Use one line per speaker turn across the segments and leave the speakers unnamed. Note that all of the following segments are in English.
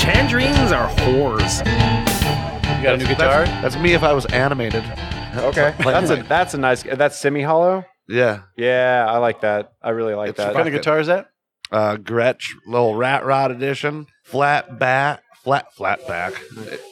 Tangerines are whores.
You got a new guitar? That's, me if I was animated.
Okay, that's a that's a nice. That's semi hollow.
Yeah.
Yeah, I like that. I really like
It's
that.
What kind of guitar
is that?
Uh, Gretsch, little rat rod edition, flat bat, flat flat back.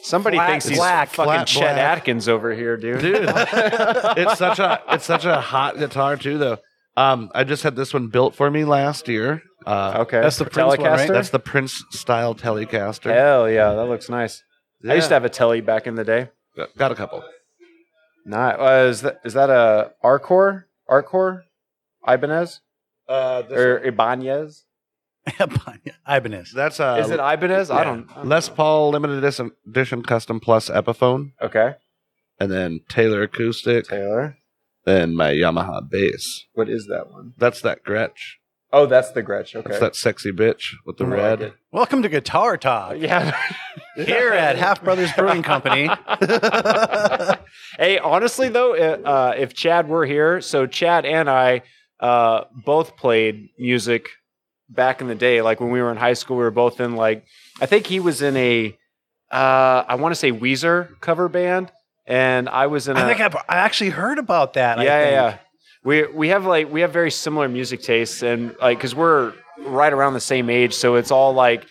Somebody
Flat
thinks he's
black.
fucking
Flat
Chet
black.
Atkins over here, dude.
Dude, it's such a it's such a hot guitar too though. Um, I just had this one built for me last year. Uh,
Okay,
That's the Prince one, right?
That's the Prince style Telecaster.
Hell yeah, that looks nice. I used to
Yeah.
have a telly back in the day.
got a couple.
Not uh, is that is that a Arcor Arcor Ibanez
Uh,
or Ibanez?
Ibanez.
that's uh,
is it Ibanez? I
yeah.
don't. I don't
Les Paul limited edition, edition custom plus Epiphone,
know. Okay,
and then Taylor acoustic,
Taylor.
then my Yamaha bass.
What is that one?
That's that Gretsch.
Oh, that's the Gretsch. Okay.
That's that sexy bitch with the
I like
red.
it.
Welcome to Guitar Talk
yeah.
here at Half Brothers Brewing Company.
hey, honestly though, i- uh, if Chad were here, so Chad and I uh, both played music back in the day. Like when we were in high school, we were both in like I think he was in a uh, I want to say Weezer cover band, and I was in a
I think I've, I actually heard about that. I
yeah, yeah,
think.
yeah. We we have like we have very similar music tastes, and like because we're right around the same age, so it's all like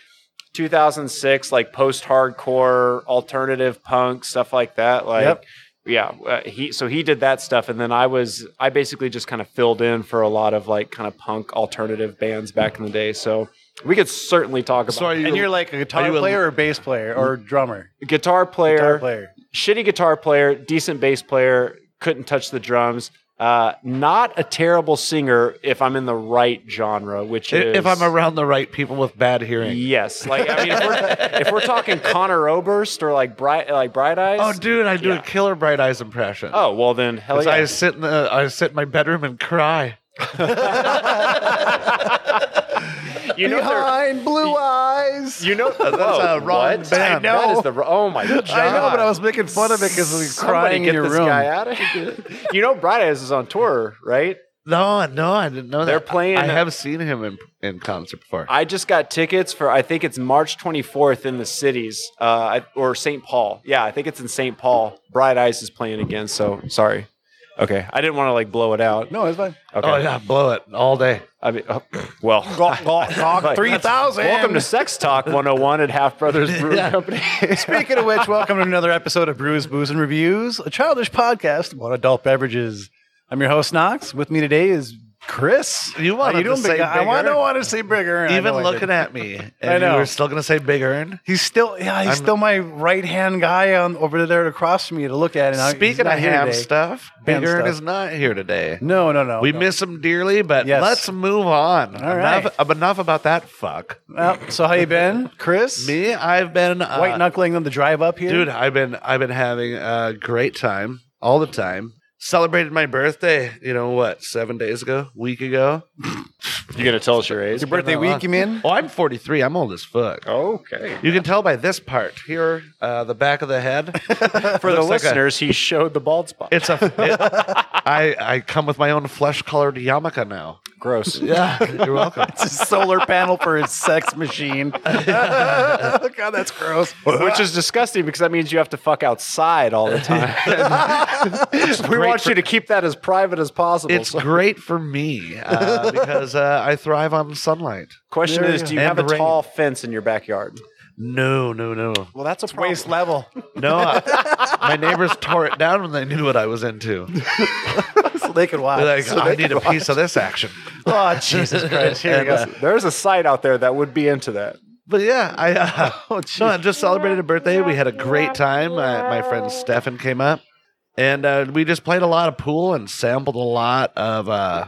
2006, like post hardcore, alternative punk stuff like that. Like,
Yep.
yeah, uh, he so he did that stuff, and then I was I basically just kind of filled in for a lot of like kind of punk alternative bands back in the day. So we could certainly talk about
So are you,
And you're like a guitar
you a-
player or bass player or drummer?
guitar player,
Guitar player.
shitty guitar player, decent bass player, couldn't touch the drums. Uh, not a terrible singer if I'm in the right genre, which
i-
is
if I'm around the right people with bad hearing.
Yes, like I mean, if we're, if we're talking Connor Oberst or like bright like Bright Eyes.
Oh, dude, I do
Yeah.
a killer bright eyes impression.
Oh, well then, hell
'Cause
yeah.
I sit in the uh, I sit in my bedroom and cry.
you know they're-
Behind blue eyes.
you know that's
a wrong
I
band.
know. That is the wr- oh my god.
I know, but I was making fun of it because he was
Somebody
crying
get
in your
this
room.
guy out of here. you know, Bright Eyes is on tour, right?
No, no, I didn't know that.
They're playing-
I have seen him in, in concert before.
Oh,
I just got tickets for I think it's March 24th in the cities uh, I- or St. Paul. Yeah, I think it's in St. Paul. Bright Eyes is playing again, so sorry. Okay, I didn't want to like blow it out.
No, it's fine.
Okay,
Oh yeah, blow it all day.
I mean, oh, well, Like,
three thousand.
welcome to Sex Talk 101 at Half Brothers Brewing Company.
Speaking of which, welcome to another episode of Brews, Booze, and Reviews, a childish podcast about adult beverages. I'm your host Knox. With me today is Chris.
You
How
wanted
you doing,
to
big
say
guy? I
Big
want to
Earn.
want to say Big Earn. I know
Even
I
looking
did.
at me, and
know.
you were still gonna say Big Earn.
He's still, yeah, he's
I'm-
still my right hand guy on over there across from me to look at. And I- he's
Speaking
not
of
here
ham
today.
stuff, Big
Ham
Earn
stuff.
is not here today.
no, no, no.
we
no.
miss him dearly, but
Yes.
let's move on.
All
enough,
right.
ab- enough about that fuck.
Well, so how you been, Chris?
Me, I've been uh,
White knuckling on the drive up here,
dude. I've been I've been having a great time all the time. Celebrated my birthday, you know what, seven days ago, week ago.
You're gonna tell us your age?
Your birthday
been a
week,
lot.
you mean?
Oh, I'm 43. I'm old as fuck.
Okay.
You can tell by this part here, uh, the back of the head.
For the
Looks like a-
listeners, he showed the bald spot.
It's a. it- I I come with my own flesh-colored yarmulke now.
gross.
Yeah, you're welcome.
It's a solar panel for his sex machine. God, that's gross.
Which is disgusting because that means you have to fuck outside all the time. we
great
want you to keep that as private as possible.
It's
so-
great for me uh, because uh, I thrive on sunlight.
Question
There
is,
you
do you
go.
have a
And rain.
tall fence in your backyard?
No, no, no,
Well, that's a
Waste level.
no. I, my neighbors tore it down when they knew what I was into.
So they could watch.
They're like, I need a piece of this action.
oh, Jesus Christ. Here we go.
There's a site out there that would be into that.
But yeah, I uh,
Oh,
no, I just celebrated a birthday. We had a great time. Uh, my friend Stefan came up, and uh, we just played a lot of pool and sampled a lot of uh,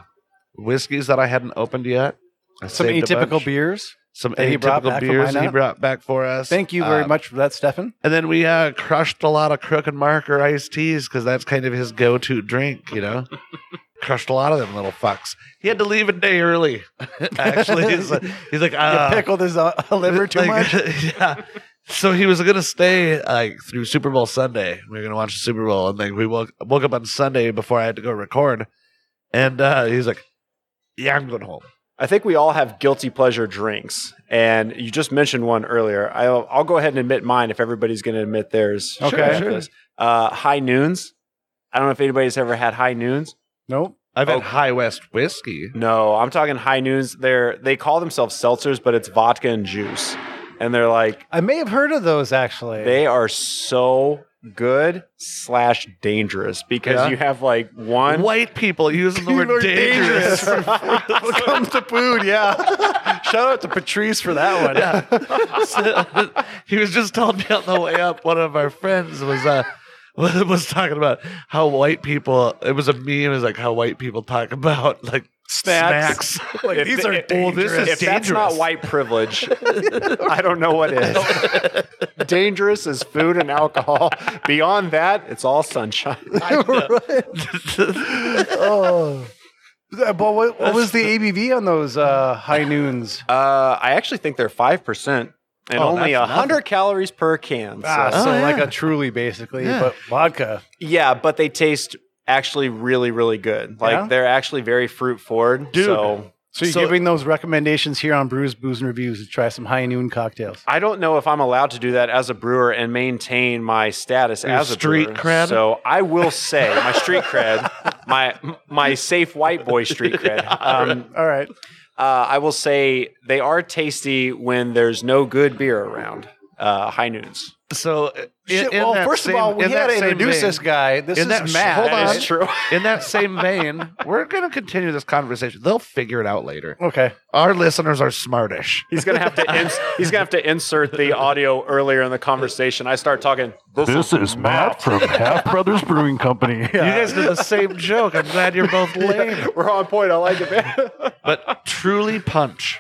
whiskeys that I hadn't opened yet. I
Some
saved a bunch.
atypical beers.
some
That he brought
atypical
back for
beers that he
Minot.
brought back for us.
Thank you very
Um,
much for that, Stefan.
And then we uh, crushed a lot of Crook and Marker iced teas because that's kind of his go to drink, you know? crushed a lot of them little fucks. He had to leave a day early. Actually, he's like, he's like uh,
you pickled his uh, liver too
like,
much.
yeah. So he was gonna stay like through Super Bowl Sunday. We were gonna watch the Super Bowl, and then we woke woke up on Sunday before I had to go record. And uh, he's like, "Yeah, I'm going home."
I think we all have guilty pleasure drinks, and you just mentioned one earlier. I'll, I'll go ahead and admit mine if everybody's going to admit theirs.
Okay.
after this. Uh, high noons. I don't know if anybody's ever had high noons.
Nope.
I've
Oh.
had High West whiskey.
No, I'm talking high noons. They're they call themselves seltzers, but it's vodka and juice, and they're like
I may have heard of those actually.
they are so good slash dangerous because
Yeah.
you have like one
White people using the word dangerous.
when it comes to food, yeah. Shout out to Patrice for that one.
So, he was just telling me on the way up. One of our friends was uh, was talking about how white people. It was a meme. It was like how white people talk about like
Snacks.
snacks.
Like,
If
these
the-
are
if-
well,
dangerous.
this is
if that's not
dangerous.
white privilege, I don't know what is. dangerous is food and alcohol. Beyond that, it's all sunshine.
oh. But what, what was the ABV on those uh, high noons?
Uh, I actually think they're five percent and
Oh,
only only
that's
hundred calories per can. So.
Ah, so
Oh,
like
yeah.
a truly, basically,
Yeah.
but vodka.
yeah, but they taste actually really, really good. Like
Yeah?
they're actually very fruit forward.
Dude.
So
So you're
So-
giving those recommendations here on Brews, Booze, and Reviews to try some high noon cocktails.
I don't know if I'm allowed to do that as a brewer and maintain my status
Your
as a
street
brewer.
cred?
So I will say my street cred, my my safe white boy street cred. Um,
All right.
uh, I will say they are tasty when there's no good beer around. Uh, high noons.
So, in,
Shit,
in
well,
that
first
same-
of all, we
in
got
that
to
same
introduce
vein-
this guy. This
In
is
that-
Matt.
hold
That
on.
is true.
In that same vein, we're going to continue this conversation. They'll figure it out later.
Okay.
Our listeners are smartish.
He's gonna have to. Ins- he's gonna have to insert the audio earlier in the conversation. I start talking. This,
is Matt from Half Brothers Brewing Company.
You guys did the same joke. I'm glad you're both lame.
We're on point. I like it, man.
But truly punch.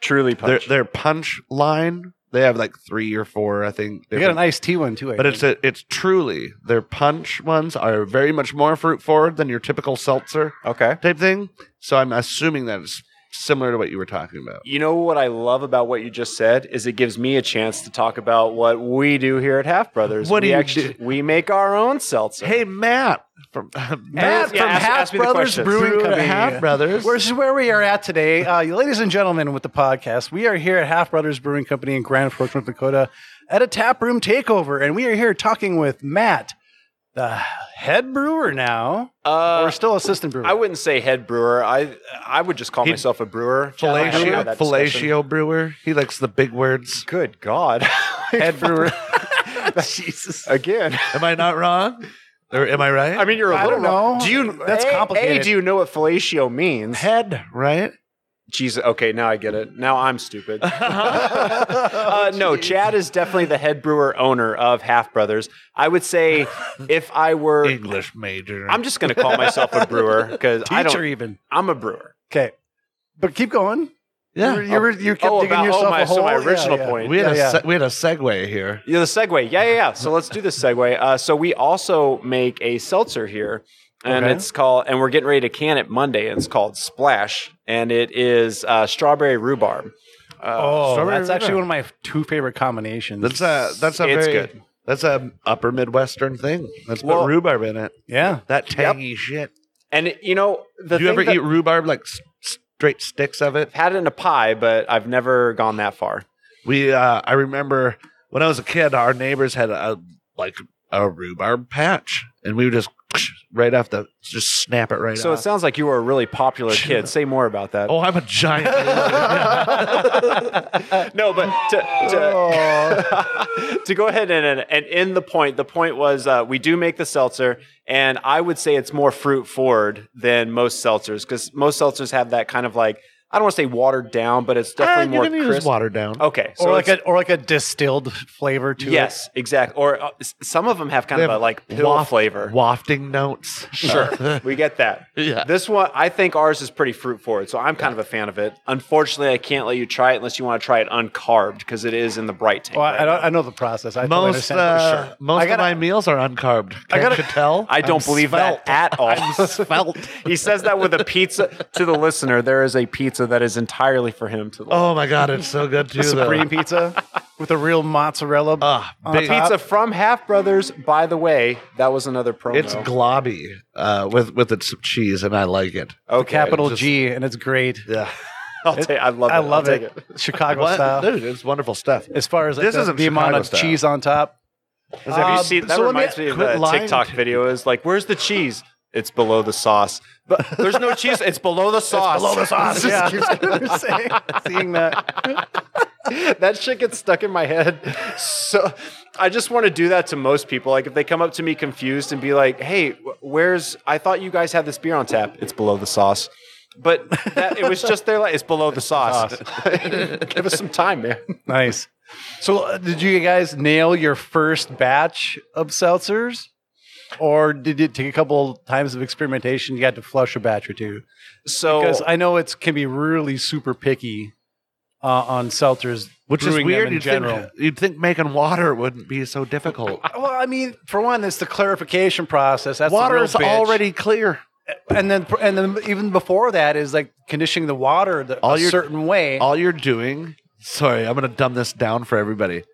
Truly,
Their
punch.
their punch line. They have like three or four, I think.
We got an
different-
iced tea one too. I
but
think.
it's a, it's truly their punch ones are very much more fruit forward than your typical seltzer
okay.
type thing. So I'm assuming that it's similar to what you were talking about.
You know what I love about what you just said is it gives me a chance to talk about what we do here at Half Brothers.
What do
we
you
actually we make our own seltzer.
Hey Matt from Matt
Ask- yeah,
from
ask-
Half
ask me the
Brothers
questions.
Brewing
Brew at
Company.
Half
Brothers.
Which is where we are at today. Uh, you ladies and gentlemen, with the podcast, we are here at Half Brothers Brewing Company in Grand Forks, North Dakota, at a tap room takeover. And we are here talking with Matt, the head brewer now,
Uh,
or still assistant brewer.
I wouldn't say head brewer. I I would just call
He-
myself a brewer. I don't have
Fellatio,
that discussion.
fellatio brewer. He likes the big words.
Good God.
Head brewer.
Jesus.
Again.
am I not wrong? Or am I right?
I mean you're a
I
little
don't
wrong.
know.
Do you
That's
A-
complicated.
A, do you know what fellatio means?
head, right?
Jesus. Okay, now I get it. Now I'm stupid. uh, no, Chad is definitely the head brewer owner of Half Brothers. I would say if I were
English major.
er, I'm just going to call myself a brewer because I
Teacher,
don't.
even.
I'm a brewer.
Okay. But keep going.
yeah.
You, were, you kept
oh,
digging
about
yourself
oh, my,
a hole.
so my
Yeah,
original
yeah.
point.
we had a
yeah, yeah.
se- we had a segue here.
Yeah, the segue. Yeah, yeah, yeah. So let's do the segue. Uh, so we also make a seltzer here, and
Okay.
it's called, and we're getting ready to can it Monday. And it's called Splash, and it is uh, strawberry rhubarb.
Oh,
Strawberry
that's actually
rhubarb.
one of my two favorite combinations.
That's uh, a that's a
It's
very
good.
that's a upper midwestern thing. Let's
Well-
put rhubarb in it.
yeah.
That tangy shit.
And it- you know, the
Do you
thing
ever
that-
eat rhubarb like s- straight sticks of it?
I've had it in a pie, but I've never gone that far.
We uh I remember when I was a kid, our neighbors had a like a rhubarb patch, and we would just right off the just snap it right
So it
off.
sounds like you were a really popular kid. Say more about that.
oh, I'm a giant. rhubarb.
no, but to, to, to go ahead and, and, and end the point, the point was uh, we do make the seltzer, and I would say it's more fruit forward than most seltzers because most seltzers have that kind of like I don't want to say watered down, but it's definitely
Eh,
Ah, you're
more
gonna use
crisp.
watered down.
Okay,
or like
it's-
a or like a distilled flavor to it.
yes, exactly. Or uh, s- some of them have kind
They
of a
have
like pill
waft-
flavor.
wafting notes.
Sure, we get that.
yeah.
This one, I think ours is pretty fruit forward, so I'm kind of a fan of it. Unfortunately, I can't let you try it unless you want to try it uncarved because it is in the bright tank.
Well,
right
I, I,
now.
don't, I know the process. I totally
most
understand.
uh,
Sure.
most
I gotta-
of my meals are uncarbed. Can't
gotta-
you tell?
I don't
I'm
believe
svelte.
that at all.
I'm svelte.
he says that with a pizza to the listener. There is a pizza that is entirely for him to.
Oh my god, it's so good too. though.
supreme pizza with a real mozzarella.
Ah,
on
big-
top.
Pizza from Half Brothers, by the way, that was another promo.
It's globby uh, with with its cheese, and I like it.
okay.
capital
just-
G, and it's great.
Yeah,
I'll take- I love it.
I
I'll
love
take
it. Chicago
What?
style.
dude, it's wonderful stuff.
As far as like,
This
the,
isn't
the amount
Chicago
of
style.
cheese on top,
Have you
Um,
seen that
so let me-
reminds me,
quit
of that
lying
TikTok
to-
video is like, where's the cheese? It's below the sauce. But there's no cheese, it's below the sauce.
sauce. yeah, I remember saying- seeing that.
that shit gets stuck in my head. So I just want to do that to most people. Like if they come up to me confused and be like, "Hey, wh- where's? I thought you guys had this beer on tap. It's below the sauce." But that, it was just there. Like it's below the sauce. Give us some time, man.
Nice. So, uh, did you guys nail your first batch of seltzers, or did it take a couple times of experimentation? You had to flush a batch or two
So
because I know it's can be really super picky uh, on seltzers,
Which is
brewing them
weird.
in
You'd
general.
think, you'd think making water wouldn't be so difficult.
Well, I mean, for one, it's the clarification process. That's the
water
real
is
bitch.
already clear.
and then and then even before that is like conditioning the water the,
All
a
your-
certain way.
All you're doing, sorry, I'm going to dumb this down for everybody.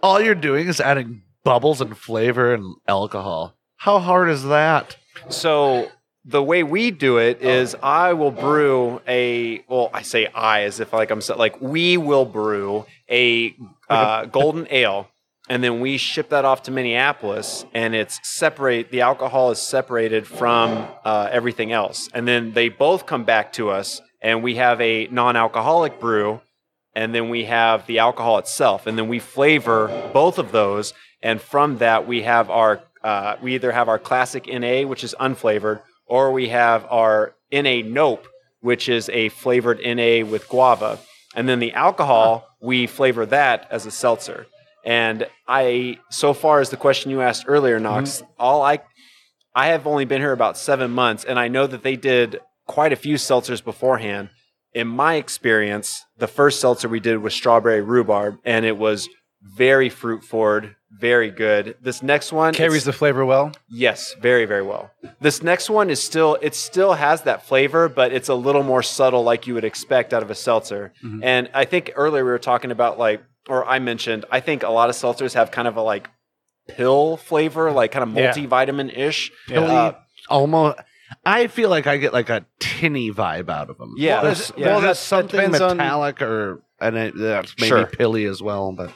All you're doing is adding bubbles and flavor and alcohol. How hard is that?
So the way we do it is I will brew a well I say I as if like I'm so- like we will brew a uh, golden ale and then we ship that off to Minneapolis and it's separate the alcohol is separated from uh, everything else and then they both come back to us and we have a non-alcoholic brew and then we have the alcohol itself and then we flavor both of those and from that we have our uh, we either have our classic na which is unflavored or we have our na nope which is a flavored na with guava and then the alcohol we flavor that as a seltzer and i so far as the question you asked earlier
Mm-hmm.
knox all i I have only been here about seven months, and I know that they did quite a few seltzers beforehand. In my experience, the first seltzer we did was strawberry rhubarb, and it was very fruit forward, very good. This next one
carries
it's-
the flavor well.
yes, very very well. This next one is still it still has that flavor, but it's a little more subtle, like you would expect out of a seltzer.
Mhm.
And I think earlier we were talking about like, or I mentioned, I think a lot of seltzers have kind of a like pill flavor, like kind of
Yeah.
multivitamin ish.
Yeah.
Uh,
Almost. I feel like I get like a tinny vibe out of them.
Yeah. Well,
there's,
that's- yeah.
there's
that
something
depends on-
metallic or and it, that's maybe
Sure.
pilly as well. But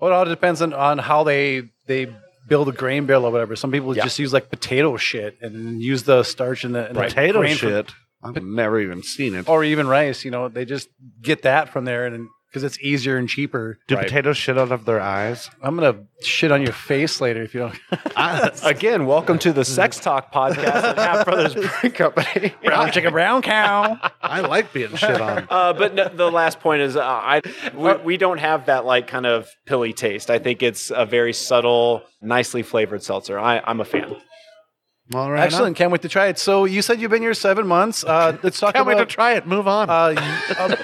Well, it all depends on, on how they they build a grain bill or whatever. Some people
Yeah.
just use like potato shit and then use the starch and the, and the
potato
grain from-
shit, I've never even seen it.
or even rice. You know, they just get that from there and because it's easier and cheaper.
Do potatoes shit out of their eyes?
I'm gonna shit on your face later if you don't.
I,
Again, welcome to the Sex Talk podcast at Half Brothers Brewing Company.
brown chicken, brown cow.
I like being shit on.
Uh, but no, the last point is, uh, I we, we don't have that like kind of pilly taste. I think it's a very subtle, nicely flavored seltzer. I, I'm a fan.
All right,
Excellent. Can't wait to try it. So you said you've been here seven months. Uh, let's talk
Can't wait to
about.
try it. Move on.
uh, y- uh,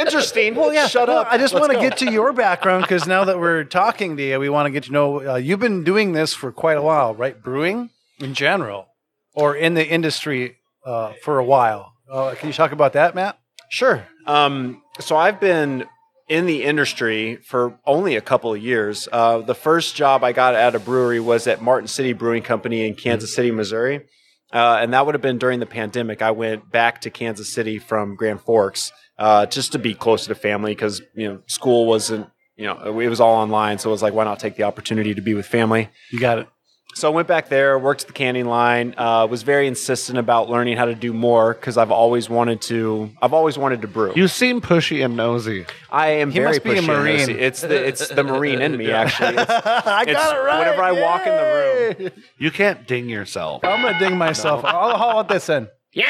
Interesting. Well, yeah. Shut
Well,
up.
I just
Let's
want to
go.
get to your background because now that we're talking to you, we want to get to know uh, you've been doing this for quite a while, right? Brewing in general, or in the industry uh, for a while. Uh, can you talk about that, Matt?
Sure. Um, so I've been in the industry for only a couple of years. Uh, the first job I got at a brewery was at Martin City Brewing Company in Kansas City, Missouri. Uh, and that would have been during the pandemic. I went back to Kansas City from Grand Forks uh, just to be closer to family because, you know, school wasn't, you know, it was all online. So it was like, why not take the opportunity to be with family?
You got it.
So I went back there, worked at the canning line, uh, was very insistent about learning how to do more because I've always wanted to. I've always wanted to brew.
you seem pushy and nosy.
I am
He
very
must be a
pushy on this.
Marine.
It's the it's the marine in me actually. It's-
I
It's whenever I walk in the
room.
You can't ding yourself.
I'm gonna ding myself. I'll haul this in.
Yeah!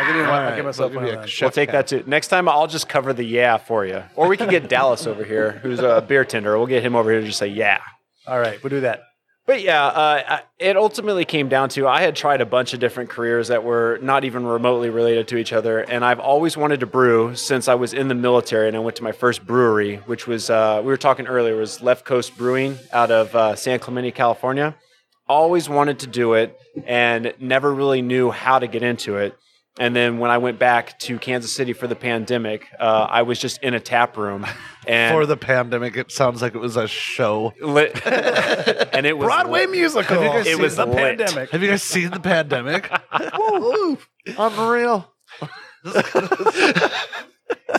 I'll give, you,
All
I'll
right,
give myself
we'll
one
give you
of
a
those.
sh-
We'll take that too. Next time, I'll just cover the yeah for you. Or we can get Dallas over here, who's a beer tender. We'll get him over here to just say yeah.
All right, we'll do that.
But yeah, uh, I- it ultimately came down to I had tried a bunch of different careers that were not even remotely related to each other, and I've always wanted to brew since I was in the military and I went to my first brewery, which was uh, we were talking earlier was Left Coast Brewing out of uh, San Clemente, California. Always wanted to do it and never really knew how to get into it. And then when I went back to Kansas City for the pandemic, uh, I was just in a tap room, and
For the pandemic, it sounds like it was a show.
lit, and it was
Broadway
lit.
musical.
Have you guys
It
It
seen
was
was
the
lit.
pandemic.
Have you guys seen the pandemic?
Woo.
Unreal.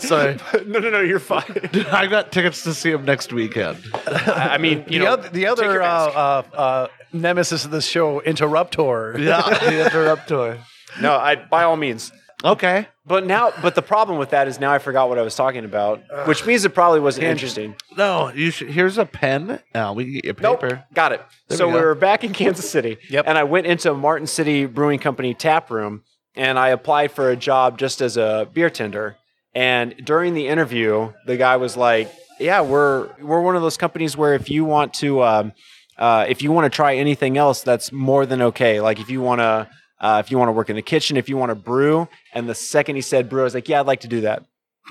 Sorry,
No, no, no, you're fine.
Dude, I got tickets to see him next weekend.
I I mean, you
the,
know,
other, the other uh, uh, uh, nemesis of this show, Interruptor.
Yeah, the interruptor.
uh,
no, I by all means.
Okay.
But now, but the problem with that is now I forgot what I was talking about, which means it probably wasn't interesting.
No, you should. Here's a pen. Uh, we can get you
Nope,
paper.
got it.
There
so
we
we,
go.
were back in Kansas City,
Yep.
and I went into Martin City Brewing Company tap room, and I applied for a job just as a beer tender. And during the interview, the guy was like, "Yeah, we're we're one of those companies where if you want to, um, uh, if you want to try anything else, that's more than okay. Like if you want to." Uh, if you want to work in the kitchen, if you want to brew, and the second he said brew, I was like, "Yeah, I'd like to do that."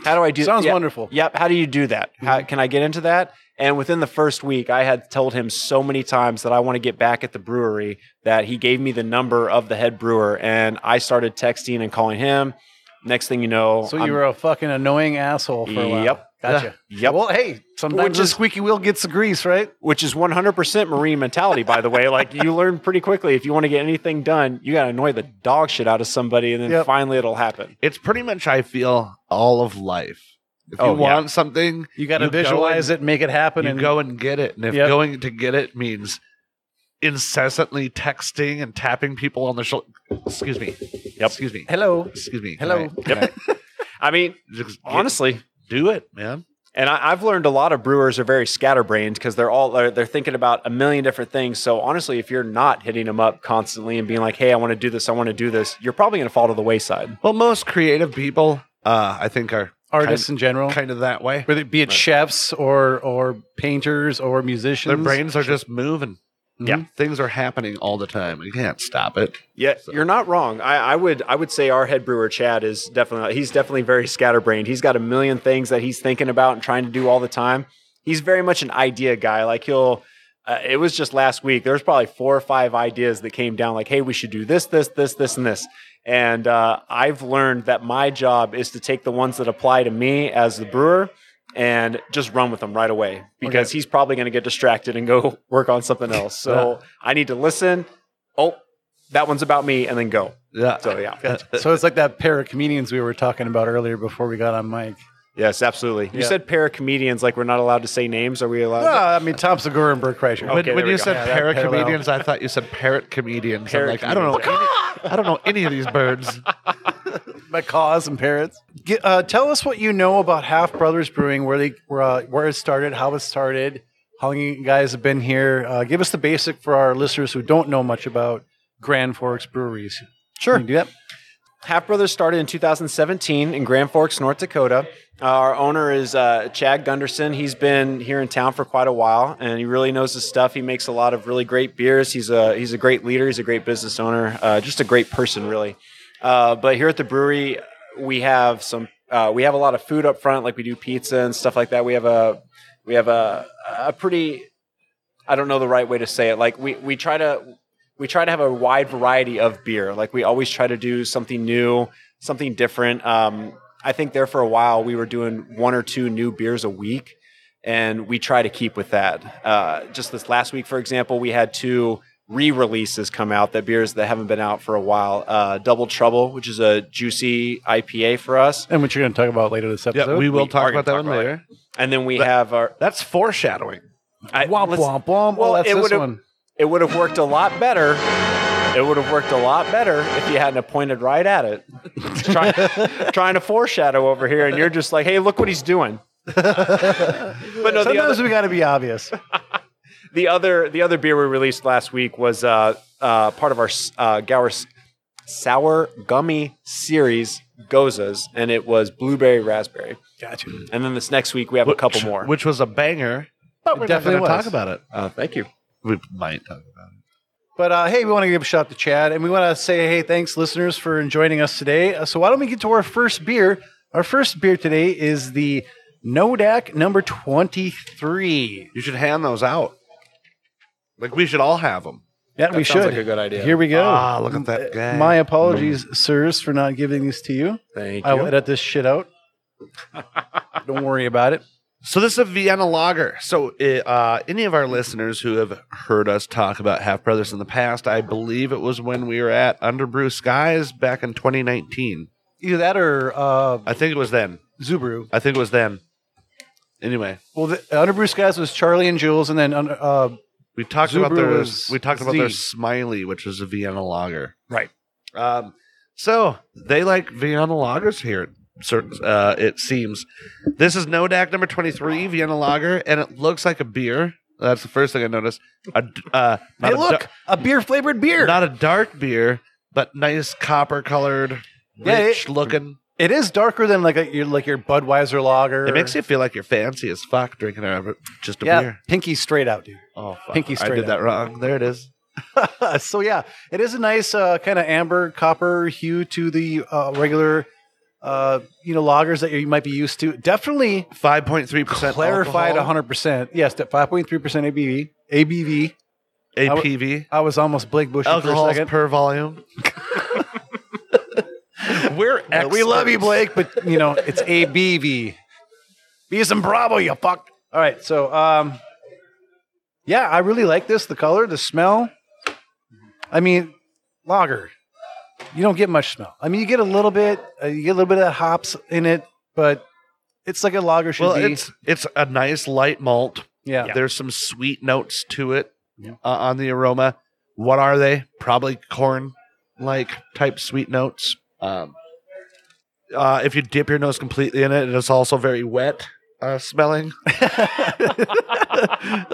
How do I do?
Sounds
yeah,
wonderful.
Yep. How do you do that? How, can I get into that? And within the first week, I had told him so many times that I want to get back at the brewery that he gave me the number of the head brewer, and I started texting and calling him. Next thing you know,
So you
I'm-
were a fucking annoying asshole for a while.
Yep.
Gotcha.
yep,
Well, hey, sometimes
Which
the
is-
squeaky wheel gets the grease, right?
which is 100% marine mentality, by the way. Like you learn pretty quickly if you want to get anything done, you got to annoy the dog shit out of somebody, and then
Yep.
finally it'll happen.
It's pretty much I feel all of life. If
Oh,
you
yeah.
want something,
You got to
You go
visualize it, make it happen,
you
and
go and get it. And if
Yep.
going to get it means incessantly texting and tapping people on the shoulder, excuse me,
Yep.
excuse me,
hello.
excuse me,
Hello.
Can I- can I-
I mean,
just get-
honestly,
do it, man.
And I, I've learned a lot of brewers are very scatterbrained because they're all they're, they're thinking about a million different things. So honestly, if you're not hitting them up constantly and being like, "Hey, I want to do this, I want to do this," you're probably going to fall to the wayside.
Well, most creative people, uh, I think, are
Artists in general,
kind of that way.
whether it be it chefs or or painters or musicians.
Their brains are just moving. Mm-hmm.
Yeah.
things are happening all the time. You can't stop it.
Yeah, you're not wrong. I, I would I would say our head brewer Chad is definitely he's definitely very scatterbrained. He's got a million things that he's thinking about and trying to do all the time. He's very much an idea guy. Like he'll. Uh, it was just last week. There was probably four or five ideas that came down. Like, hey, we should do this, this, this, this, and this. And uh, I've learned that my job is to take the ones that apply to me as the brewer and just run with them right away because he's probably going to get distracted and go work on something else. So I need to listen. Oh, that one's about me, and then go.
Yeah.
So yeah,
so it's like that pair of comedians we were talking about earlier before we got on mic.
yes, absolutely. You
Yeah.
said para comedians, like we're not allowed to say names. Are we allowed?
Well, Ah, I mean, Tom Segura and Burt Kreischer.
Okay,
when when
there we
you
go.
said
Yeah, that
parrot
parallel.
comedians, I thought you said parrot comedians.
Parrot
I'm like, I don't know. Any, I don't know any of these birds.
macaws and parrots. Get, uh, tell us what you know about Half Brothers Brewing, where they where, uh, where it started, how it started, how long you guys have been here. Uh, give us the basic for our listeners who don't know much about Grand Forks breweries. Sure, do that.
Half Brothers started in 2017 in Grand Forks, North Dakota. Uh, our owner is uh, Chad Gunderson. He's been here in town for quite a while, and he really knows his stuff. He makes a lot of really great beers. He's a he's a great leader. He's a great business owner. Uh, just a great person, really. Uh, but here at the brewery, we have some uh, we have a lot of food up front, like we do pizza and stuff like that. We have a we have a a pretty I don't know the right way to say it. Like we we try to we try to have a wide variety of beer. Like we always try to do something new, something different. Um, I think there for a while we were doing one or two new beers a week, and we try to keep with that. Uh, just this last week, for example, we had two re-releases come out that beers that haven't been out for a while. Uh, Double Trouble, which is a juicy IPA for us,
And what you're going to talk about later this episode.
Yeah, we will
we
talk
are
about that
gonna
one
talk about
later.
and then we have our
That's foreshadowing.
I,
womp
let's-
womp
Um,
womp. Well,
well,
that's
it
this
would've-
one.
It would have worked a lot better. It would have worked a lot better if you hadn't have pointed right at it. trying, trying to foreshadow over here, and you're just like, hey, look what he's doing. but no, the
Sometimes
other,
we got to be obvious.
the other the other beer we released last week was uh, uh, part of our s- uh, Gower s- sour gummy series gozas, and it was blueberry raspberry.
Gotcha.
And then this next week we have a couple more.
Which was a banger.
But
We're definitely going to talk about it.
Uh, thank you.
We might talk about it.
But uh, hey, we want to give a shout out to Chad, and we want to say hey, thanks listeners for joining us today. Uh, so why don't we get to our first beer? Our first beer today is the Nodak number twenty three.
You should hand those out. Like, we should all have them.
Yeah, we
That sounds
should.
like a good idea.
Here we go. Uh,
Ah, look at that guy.
My apologies, sirs, for not giving these to you.
Thank
I will
you.
edit this shit out. Don't worry about it.
So this is a Vienna lager. So uh, any of our listeners who have heard us talk about Half Brothers in the past, I believe it was when we were at Underbrew Skies back in 2019.
Either that or uh,
I think it was then.
Zubru.
I think it was then. Anyway,
Well, the, Under Bruce Guys was Charlie and Jules, and then under, uh,
we talked about
Zubru
their
was
we talked about their
Z.
Smiley, which was a Vienna lager.
Right.
Um, so they like Vienna lagers here. Certain, uh, it seems. This is Nodak number twenty three Vienna lager, and it looks like a beer. That's the first thing I noticed. A, d- uh, not
hey,
a
look,
da-
a beer flavored beer.
Not a dark beer, but nice copper colored,
Yeah, it-
rich looking.
it is darker than like a, your like your Budweiser lager.
It makes you feel like you're fancy as fuck drinking a, just a
yeah,
beer.
pinky straight out, dude.
Oh, fuck.
Pinky
I
straight
did
up.
that wrong. There it is.
so yeah, it is a nice uh, kind of amber copper hue to the uh, regular. Uh, you know, lagers that you might be used to. Definitely
5.3%
clarified
alcohol,
100%. Yes, at 5.3% ABV. ABV.
APV.
I was almost Blake Bush for a
Alcohol
second.
per volume. We're
Uh, we love you,
experts.
Blake, but you know it's ABV. Be some Bravo, you fuck. All right, so um, yeah, I really like this. The color, the smell. I mean, lager. You don't get much smell. I mean, you get a little bit. Uh, you get a little bit of hops in it, but it's like a lager should
Well,
be.
it's it's a nice light malt.
yeah.
There's some sweet notes to it uh, on the aroma. What are they? Probably corn like type sweet notes. Um, uh, if you dip your nose completely in it, it's also very wet uh, smelling.
That's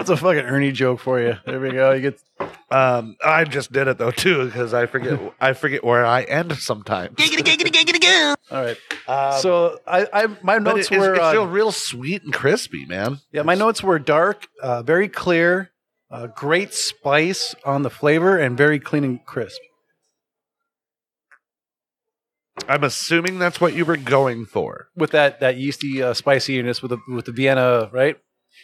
a fucking Ernie joke for you. There we go. You get
Um, I just did it though too because I forget I forget where I end sometimes.
all right.
Um,
so I, I my
but
notes
it- it's,
were
it's
uh,
still real sweet and crispy, man.
Yeah, my notes were dark, uh, very clear, uh, great spice on the flavor, and very clean and crisp.
I'm assuming that's what you were going for.
With that that yeasty uh, spiciness with the with the Vienna, right?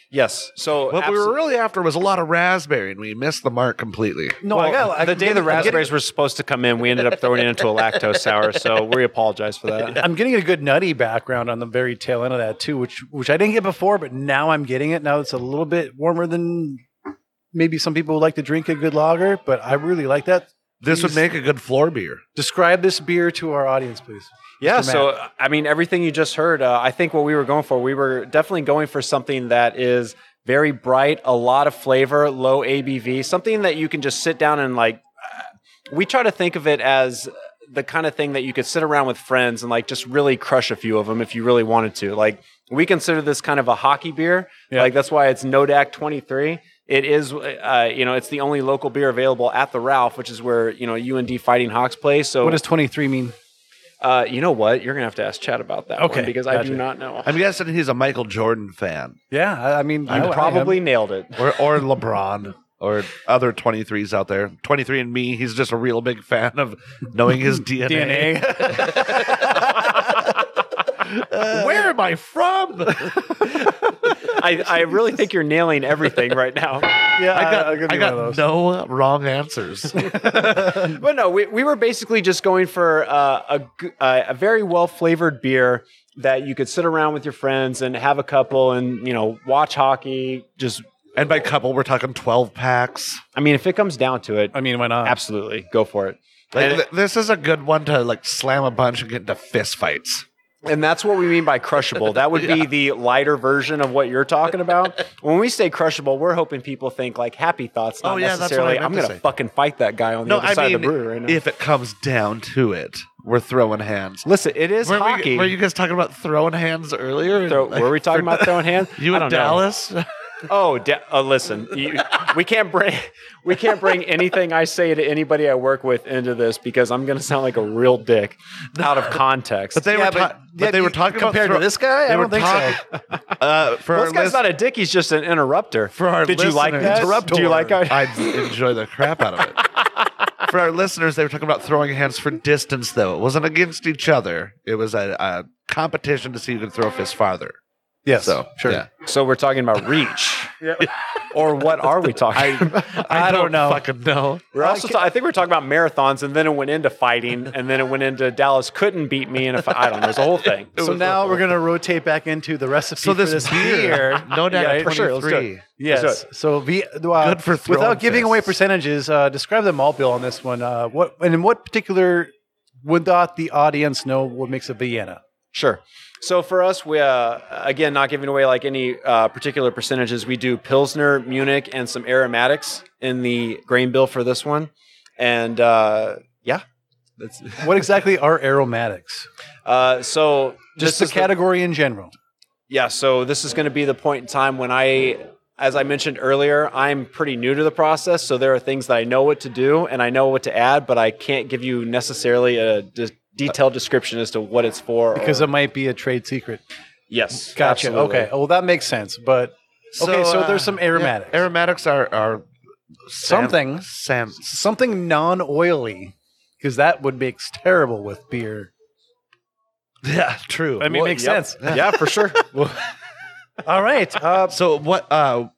Yes. So
What we were
absolute-
really after was a lot of raspberry, and we missed the mark completely.
No, I
Well,
got I-
the day the
I'm getting-
raspberries were supposed to come in, we ended up throwing it into a lactose sour. So we apologize for that.
I'm getting a good nutty background on the very tail end of that too, which which I didn't get before, but now I'm getting it. Now it's a little bit warmer than maybe some people would like to drink a good lager, but I really like that.
This would
Please.
make a good floor beer.
Describe this beer to our audience, please. Mr.
Yeah.
Matt.
So I mean, everything you just heard, uh, I think what we were going for, we were definitely going for something that is very bright, a lot of flavor, low ABV, something that you can just sit down and like. uh, We try to think of it as the kind of thing that you could sit around with friends and like just really crush a few of them if you really wanted to. Like we consider this kind of a hockey beer.
Yeah.
Like that's why it's Nodak 23. It is, uh, you know, it's the only local beer available at the Ralph, which is where you know UND Fighting Hawks play. So
What does 23 mean?
uh, you know what? You're gonna have to ask Chad about that.
Okay,
one because I
gotcha.
do not know.
I'm guessing he's a Michael Jordan fan,
Yeah, I, I mean, I- I
You
am.
probably nailed it.
or or LeBron, or other 23s out there. 23 and me, he's just a real big fan of knowing his DNA. Where am I from?
I, I really think you're nailing everything right now.
yeah,
I got,
I'll
I
give you one of
got
those.
no wrong answers.
But no, we, we were basically just going for uh, a g- uh, a very well flavored beer that you could sit around with your friends and have a couple and you know watch hockey. Just
and by couple, we're talking 12 packs.
I mean, if it comes down to it,
I mean, uh, why not?
absolutely go for it.
Like,
And-
th- this is a good one to like slam a bunch and get into fist fights.
And that's what we mean by crushable. That would be the lighter version of what you're talking about. When we say crushable, we're hoping people think like happy thoughts, not
Oh, yeah, that's what I
necessarily.
meant
I'm
to
going
say."
to fucking fight that guy on the
No,
other
I
side
mean,
of the brewery right now.
if it comes down to it, we're throwing hands.
Listen, it is
Were, we-
hockey.
were you guys talking about throwing hands earlier?
Throw- were we talking about throwing hands?
you
I
in
don't know.
Dallas?
Oh, de- uh, listen, you, we can't bring we can't bring anything I say to anybody I work with into this because I'm going to sound like a real dick out of context.
But they
Yeah,
were, ta-
but-
but,
yeah,
they were
you-
talking about
compared to
throw-
this guy? I
they were
don't think
talk- uh, for
Well,
our
this guy's
list-
not a dick. He's just an interrupter.
For our
Did you like
listeners.
that? Interrupter. Do you like our-
I enjoy the crap out of it. for our listeners, they were talking about throwing hands for distance, though. It wasn't against each other. It was a, a competition to see who could throw fists farther.
Yes.
So
sure.
yeah.
So we're talking about reach, or what are we talking? about?
I don't know.
Fucking know.
We're also. ta- I think we're talking about marathons, and then it went into fighting, and then it went into Dallas couldn't beat me in a fight. I don't know. There's a whole thing.
So now we're gonna rotate back into the recipe
So
for
this,
this
beer,
beer.
no doubt,
Yeah, for
twenty
sure. Let's do it.
three.
Yes.
So-
So, be, uh,
Good for throwing
without giving away
fists.
percentages, uh, describe the malt bill on this one. Uh, what and in what particular would not the audience know what makes a Vienna?
Sure. So for us, we uh, again not giving away like any uh, particular percentages. We do Pilsner, Munich, and some aromatics in the grain bill for this one, and uh, yeah, that's
What exactly are aromatics?
uh, so
Just
this
the
is the-
category in general.
Yeah, so this is going to be the point in time when I, as I mentioned earlier, I'm pretty new to the process. So there are things that I know what to do and I know what to add, but I can't give you necessarily a de- detailed description as to what it's for.
Because
or,
it might be a trade secret.
yes,
Gotcha.
absolutely.
Okay. Oh, Well, that makes sense. But okay, so there's some aromatics.
uh, Yeah, aromatics are are sam-
Something.
Sam.
something non-oily, because that would mix terrible with beer.
Yeah, true.
I mean,
Well,
makes
yep.
sense.
yeah, for sure.
All right. Uh,
So what? uh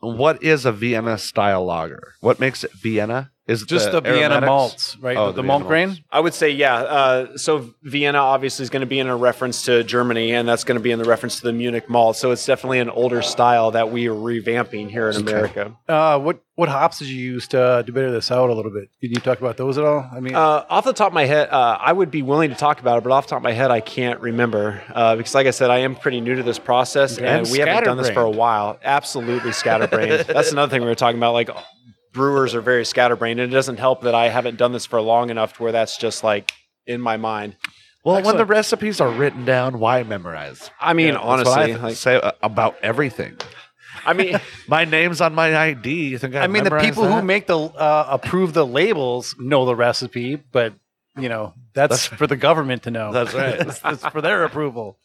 What is a Vienna style lager? What makes it Vienna? Is it
just the, Vienna
aromatics?
malts, right?
Oh,
the,
the
malt
Vienna
grain.
malts.
I would say, yeah. Uh, so Vienna obviously is going to be in a reference to Germany, and that's going to be in the reference to the Munich Mall. So it's definitely an older style that we are revamping here in America.
Uh, what what hops did you use to, uh, to better this out a little bit? Did you talk about those at all? I mean,
Uh, off the top of my head, uh, I would be willing to talk about it, but off the top of my head, I can't remember uh, because, like I said, I am pretty new to this process and we haven't done this for a while. Absolutely scatterbrained. That's another thing we were talking about. Like brewers are very scatterbrained, and it doesn't help that I haven't done this for long enough to where that's just like in my mind.
Well,
Excellent.
when the recipes are written down, why memorize?
I mean,
That's what I
honestly,
th-
like,
say uh, about everything.
I mean,
My name's on my ID. You think I?
I mean, the
memorize
people who
that?
make the uh, approve the labels know the recipe, but you know that's, for the government to know.
That's right.
it's, it's for their approval.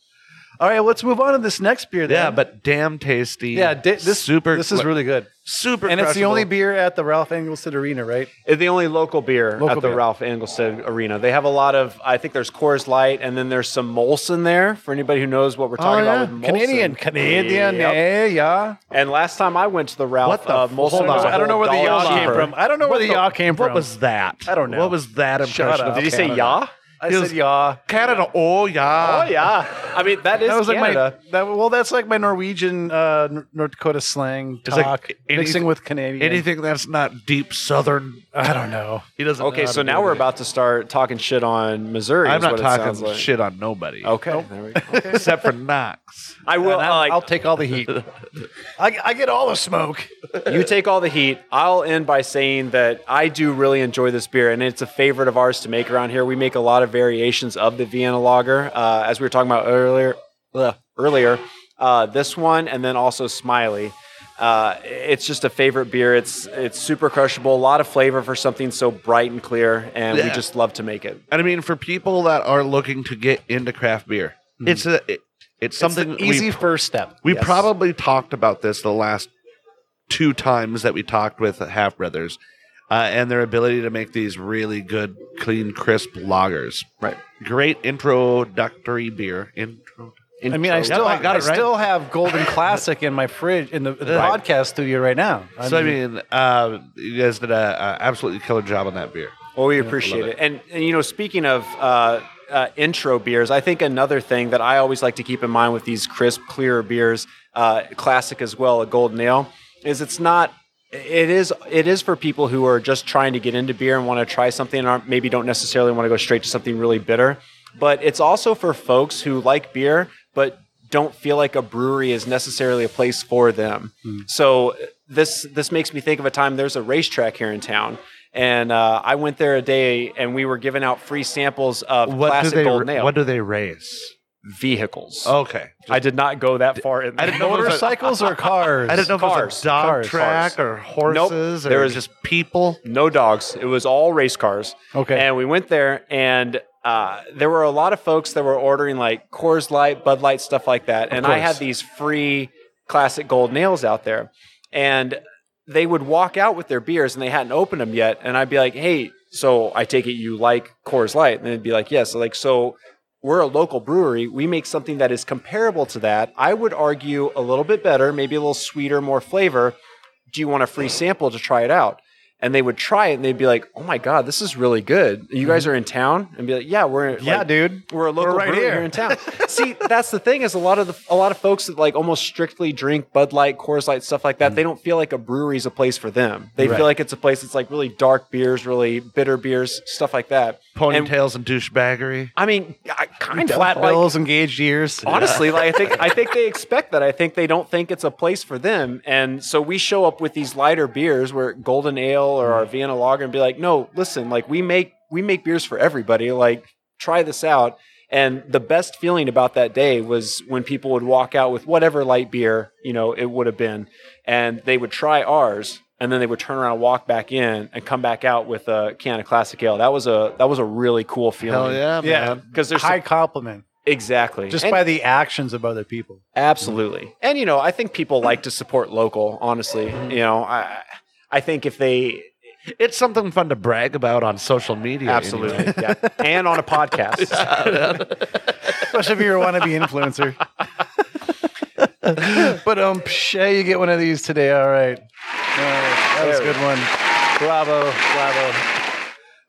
All right, let's move on to this next beer. Then.
Yeah, but damn tasty.
yeah, di- this
super.
This is
like,
really good,
super,
and it's the only
crushable.
beer at the Ralph Engelstad Arena, right?
It's the only local beer
Local
at the
beer.
Ralph Engelstad Arena. They have a lot of. I think there's Coors Light, and then there's some Molson there. For anybody who knows what we're talking about, with Molson.
Canadian, Canadian,
Yep.
eh, yeah.
And last time I went to the Ralph,
What the
uh,
f-
Molson
hold
was
on.
a
I don't know
whole
where the
dollar
yaw came
cheaper.
from. I don't know where the
the-
yaw came from.
What was that?
I don't know.
What was that
Shut
impression?
up.
Of
Did he say
Canada?
yaw?
I
It
said
was-
yaw.
Canada. Oh yeah.
Oh yeah. I mean that is
That was like
Canada.
my that, well, that's like my Norwegian, uh, N- North Dakota slang
It's like
talk,
anyth-
mixing with Canadian.
Anything that's not deep Southern.
I don't know.
He doesn't. know
okay,
how
so
to do
now we're
it.
about to start talking shit on Missouri.
I'm
is
not
what it sounds
talking
like.
shit on nobody.
Okay. There we go.
Except for Knox.
I will.
I'll,
like,
I'll take all the heat. I, I get all the smoke.
you take all the heat. I'll end by saying that I do really enjoy this beer, and it's a favorite of ours to make around here. We make a lot of variations of the Vienna Lager, uh, as we were talking about earlier. ugh, earlier, uh, this one, and then also Smiley. Uh, it's just a favorite beer. It's it's super crushable. A lot of flavor for something so bright and clear, and we
Yeah.
just love to make it.
And I mean, for people that are looking to get into craft beer, it's a it, it's something
Hmm. It's the easy
we,
first step.
we
yes.
probably talked about this the last two times that we talked with Half Brothers, uh, and their ability to make these really good, clean, crisp lagers.
Right.
Great introductory beer. Intro.
I mean, I still
I got
I
it right.
still have Golden Classic in my fridge in the, in the
Right.
podcast studio right now. I
so
mean,
I mean, uh, you guys did a, a absolutely killer job on that beer.
Well, Oh, we appreciate
love
it. And, and you know, speaking of uh, uh, intro beers, I think another thing that I always like to keep in mind with these crisp, clear beers, uh, classic as well, a golden ale, is it's not. It is. It is for people who are just trying to get into beer and want to try something, and aren't, maybe don't necessarily want to go straight to something really bitter. But it's also for folks who like beer but don't feel like a brewery is necessarily a place for them. So uh, this this makes me think of a time there's a racetrack here in town, and uh, I went there a day and we were giving out free samples of
What do
classic
they?
golden ale.
What do they race?
vehicles.
Okay.
I did not go that far in.
I didn't know if it was a-
Motorcycles or cars?
I didn't know if it was
Cars,
a dog
cars,
track
cars.
or horses
there
or
was-
just people.
no dogs. It was all race cars.
Okay.
And we went there, and uh, there were a lot of folks that were ordering like Coors Light, Bud Light, stuff like that. and I
course.
had these free classic gold nails out there, and they would walk out with their beers, and they hadn't opened them yet. And I'd be like, "Hey, so I take it you like Coors Light?" And they'd be like, "Yes." Like so. We're a local brewery. We make something that is comparable to that. I would argue a little bit better, maybe a little sweeter, more flavor. Do you want a free sample to try it out? and they would try it and they'd be like, "Oh my god, this is really good." You guys are in town, and be like, "Yeah, we're
yeah,
like,
dude.
we're a local
We're right
brewery
here."
here. in town." See, that's the thing is a lot of the, a lot of folks that like almost strictly drink Bud Light, Coors Light, stuff like that. They don't feel like a brewery's a place for them. They
Right.
feel like it's a place that's like really dark beers, really bitter beers, stuff like that.
Ponytails and, douchebaggery.
I mean, I, kind of
Flat
like,
bills, engaged ears.
Honestly, like I think I think they expect that. I think they don't think it's a place for them, and so we show up with these lighter beers, where golden ale or
Mm.
our Vienna lager, and be like, "No, listen, like we make we make beers for everybody. Like try this out." And the best feeling about that day was when people would walk out with whatever light beer you know it would have been, and they would try ours, and then they would turn around, and walk back in, and come back out with a can of classic ale. That was a that was a really cool
Hell
feeling.
yeah,
Yeah.
man.
Because there's
High compliment
exactly
just
And-
by the actions of other people.
Absolutely. And you know, I think people like to support local, honestly. You know, I I think if they
It's something fun to brag about on social media.
absolutely
anyway.
yeah. and on a podcast.
Especially if you're a wannabe influencer. but um, psh, hey, you get one of these today. All right. All right, that was a good one. Bravo, bravo.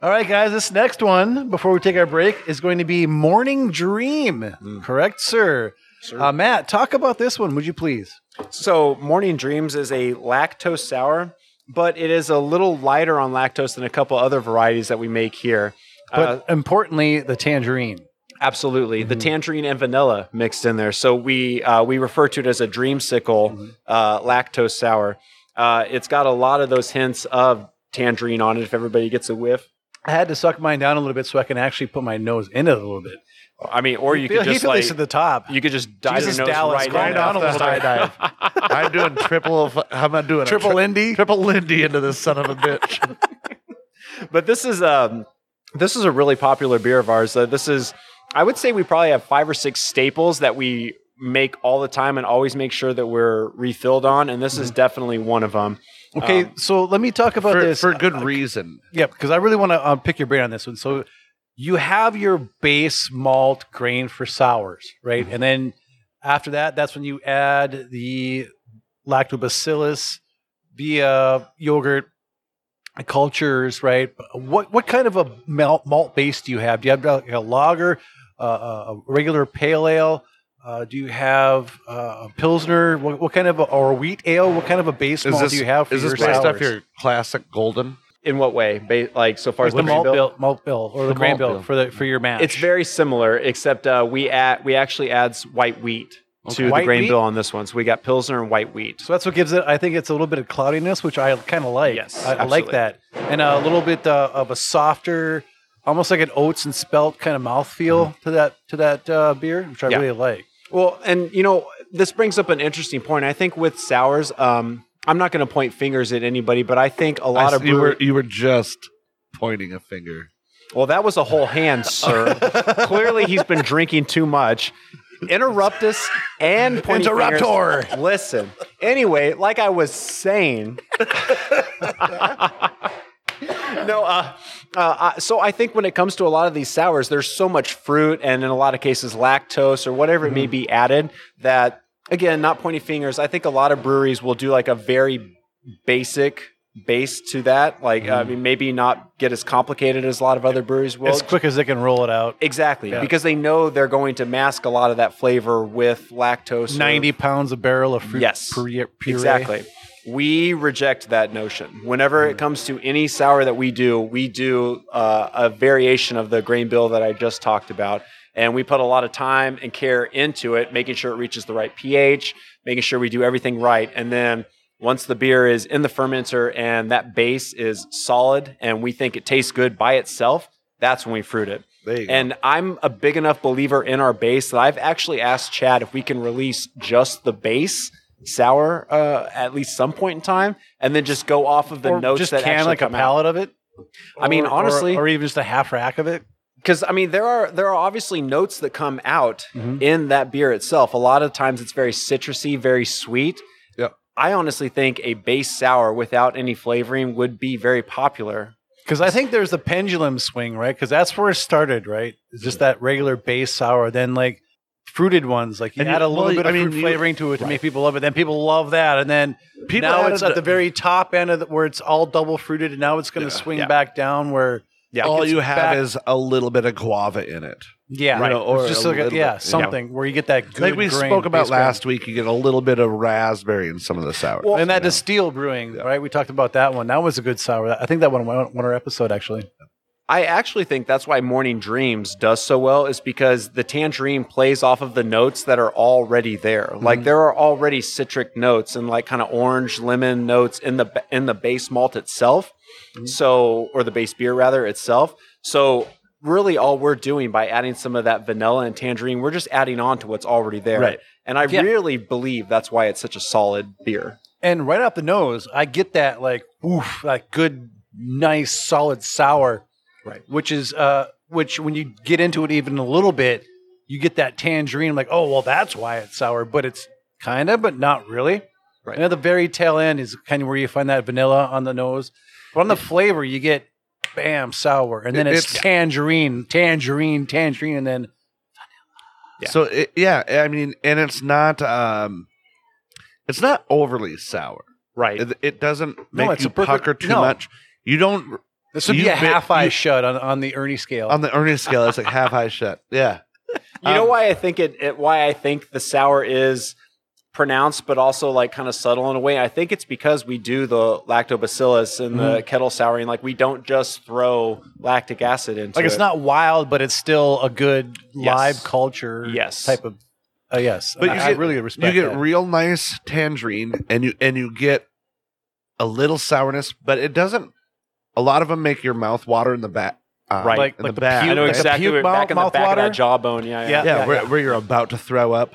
All right, guys, this next one, before we take our break, is going to be Morning Dream.
Mm.
Correct, sir? Uh, Matt, talk about this one, would you please?
So, Morning Dreams is a lactose sour, but it is a little lighter on lactose than a couple other varieties that we make here. Uh,
But importantly, the tangerine.
Absolutely, the tangerine and vanilla mixed in there. So we uh, we refer to it as a dreamsicle uh, lactose sour. Uh, it's got a lot of those hints of tangerine on it. If everybody gets a whiff,
I had to suck mine down a little bit so I can actually put my nose in it a little bit.
I mean, or you
Feel-
could
he
just
feel
like
this at the top.
you could just dive
Jesus
your nose
Dallas,
right
calm
in.
down a
Off
little
the high
bit.
dive. I'm doing triple. I'm not doing a
Triple
tri-
Lindy.
triple Lindy into this son of a bitch.
But this is um this is a really popular beer of ours. Uh, this is I would say we probably have five or six staples that we make all the time and always make sure that we're refilled on, and this
Mm-hmm.
is definitely one of them.
Okay,
Um,
so let me talk about
for,
this.
for good reason.
Yeah, because I really want to um, pick your brain on this one. So you have your base malt grain for sours, right?
Mm-hmm.
And then after that, that's when you add the lactobacillus via yogurt cultures, right? What what kind of a malt, malt base do you have? Do you have like a lager, uh, a a regular pale ale? Uh, do you have uh, a pilsner? What, what kind of a, or a wheat ale? What kind of a base malt do you have for
is
your
this based
sours?
off your classic golden?
In what way? Ba- like so
Or
far as
the
grain
malt
bill?
bill, malt bill, or the,
The
grain
malt
bill,
bill.
for the for your mash.
It's very similar, except uh, we add we actually adds white wheat to the
White
grain
wheat?
bill on this one. So we got pilsner and white wheat.
so that's what gives it. I think it's a little bit of cloudiness, which I kind of like.
Yes,
I, I like
absolutely.
that, and a little bit uh, of a softer, almost like an oats and spelt kind of mouthfeel to that to that uh, beer, which I
Mm-hmm. Yeah.
really like.
Well, and you know, this brings up an interesting point. I think with sours, um, I'm not going to point fingers at anybody, but I think a lot
I
of
s- you
brewer-
were you were just pointing a finger.
well, that was a whole hand, sir. Clearly, he's been drinking too much. Interrupt us and point fingers.
Interruptor.
Listen. Anyway, like I was saying. no, uh, uh, uh, so I think when it comes to a lot of these sours, there's so much fruit and in a lot of cases lactose or whatever it may be added that, again, not pointing fingers, I think a lot of breweries will do like a very basic base to that. Like, I mean, maybe not get as complicated as a lot of other breweries will.
as quick as they can roll it out.
Exactly,
Yeah.
because they know they're going to mask a lot of that flavor with lactose. or-
Ninety pounds a barrel of fruit.
Yes.
pure- puree.
Exactly. We reject that notion. Whenever
Mm.
it comes to any sour that we do, we do uh, a variation of the grain bill that I just talked about. And we put a lot of time and care into it, making sure it reaches the right pH, making sure we do everything right. And then once the beer is in the fermenter and that base is solid and we think it tastes good by itself, that's when we fruit it.
There you go.
And I'm a big enough believer in our bass that I've actually asked Chad if we can release just the bass sour uh, at least some point in time, and then just go off of the
or
notes
just
that
can
actually
like a
come out.
pallet of it.
I mean,
Or- or-
honestly-
or, even just a half rack of it.
because I mean there are there are obviously notes that come out
Mhm.
in that beer itself. A lot of times it's very citrusy, very sweet.
Yep.
I honestly think a base sour without any flavoring would be very popular.
Because I think there's the pendulum swing, right? Because that's where it started, right? It's Just that regular base sour, then like fruited ones. Like you
And you-
add a little
well,
bit
I
of
mean,
fruit
you-
flavoring to it to make people love it. Then people love that, and then
People
now
added
it's at the
the-
very top end of the, where it's all double fruited, and now it's going to swing back down where
Yeah.
all you have
back-
is a little bit of guava in it.
yeah,
Right.
you know, or
Or
just
a
look at
little
yeah
bit.
something where you get that good
like we
grain,
spoke about
base grain.
last week, you get a little bit of raspberry in some of the sour.
Well, and that
you know?
distill brewing, right? We talked about that one. That was a good sour. I think that one won, won our episode actually.
I actually think that's why Morning Dreams does so well is because the tangerine plays off of the notes that are already there. Like there are already citric notes and like kind of orange lemon notes in the in the base malt itself. So or the base beer rather itself. So really all we're doing by adding some of that vanilla and tangerine, we're just adding on to what's already there.
Right.
And I
Yeah.
really believe that's why it's such a solid beer.
And right off the nose, I get that like oof, like good, nice, solid sour.
Right.
Which is uh which when you get into it even a little bit, you get that tangerine, like, oh well that's why it's sour, but it's kinda, but not really.
Right.
And at the very tail end is kind of where you find that vanilla on the nose. But on the flavor you get bam, sour, and then
It-
it's,
it's-
tangerine, tangerine, tangerine, and then
Yeah.
So it, yeah, I mean, and it's not um, it's not overly sour.
Right.
It, it doesn't make
it's
you
a perfect-
pucker too
no.
much. You don't
this would
You
be a
bet-
half eye
you-
shut on, on the Ernie scale.
on the earnest scale. It's like half eye shut. Yeah,
You know
Um,
why I think it, it why I think the sour is pronounced but also like kind of subtle in a way. I think it's because we do the lactobacillus and the kettle souring like we don't just throw lactic acid into
like it's
it.
not wild, but it's still a good
Yes.
live culture
Yes.
type of. Uh, yes,
But
I,
you
I
get-
really
you
respect.
get
that.
real nice tangerine, and you and you get a little sourness, but it doesn't. A lot of them make your mouth water in the back. Uh,
Right.
Like-
in
like
the
the
back.
puke-
I know
like the
exactly
puke
where, back in the
mouth-
back of
mouth water?
that jawbone. Yeah,
Yeah.
yeah.
yeah, where, where you're about to throw up.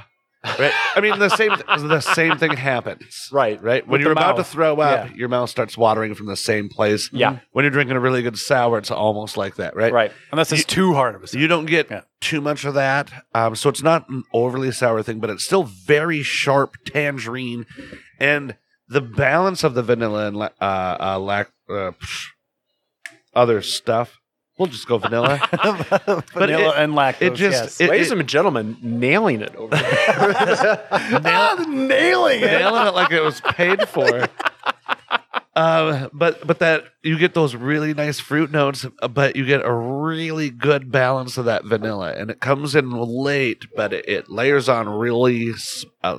Right. I mean, the same the same thing happens.
Right.
Right. When
With
you're
the
about to
mouth.
throw up,
Yeah.
your mouth starts watering from the same place.
Yeah.
When you're drinking a really good sour, it's almost like that. Right.
Right.
unless it's too hard of a.
So you don't get
Yeah.
too much of that. Um, so it's not an overly sour thing, but it's still very sharp tangerine, and the balance of the vanilla and la- uh, uh, lac- uh, psh, other stuff. We'll just go vanilla.
vanilla
it-
and lactose.
it just
yes.
it-
Ladies
it-
and gentlemen, nailing it over there.
Ah, nailing
nailing it like it was paid for. Um, but but that you get those really nice fruit notes, but you get a really good balance of that vanilla, and it comes in late, but it, it layers on really, s- uh,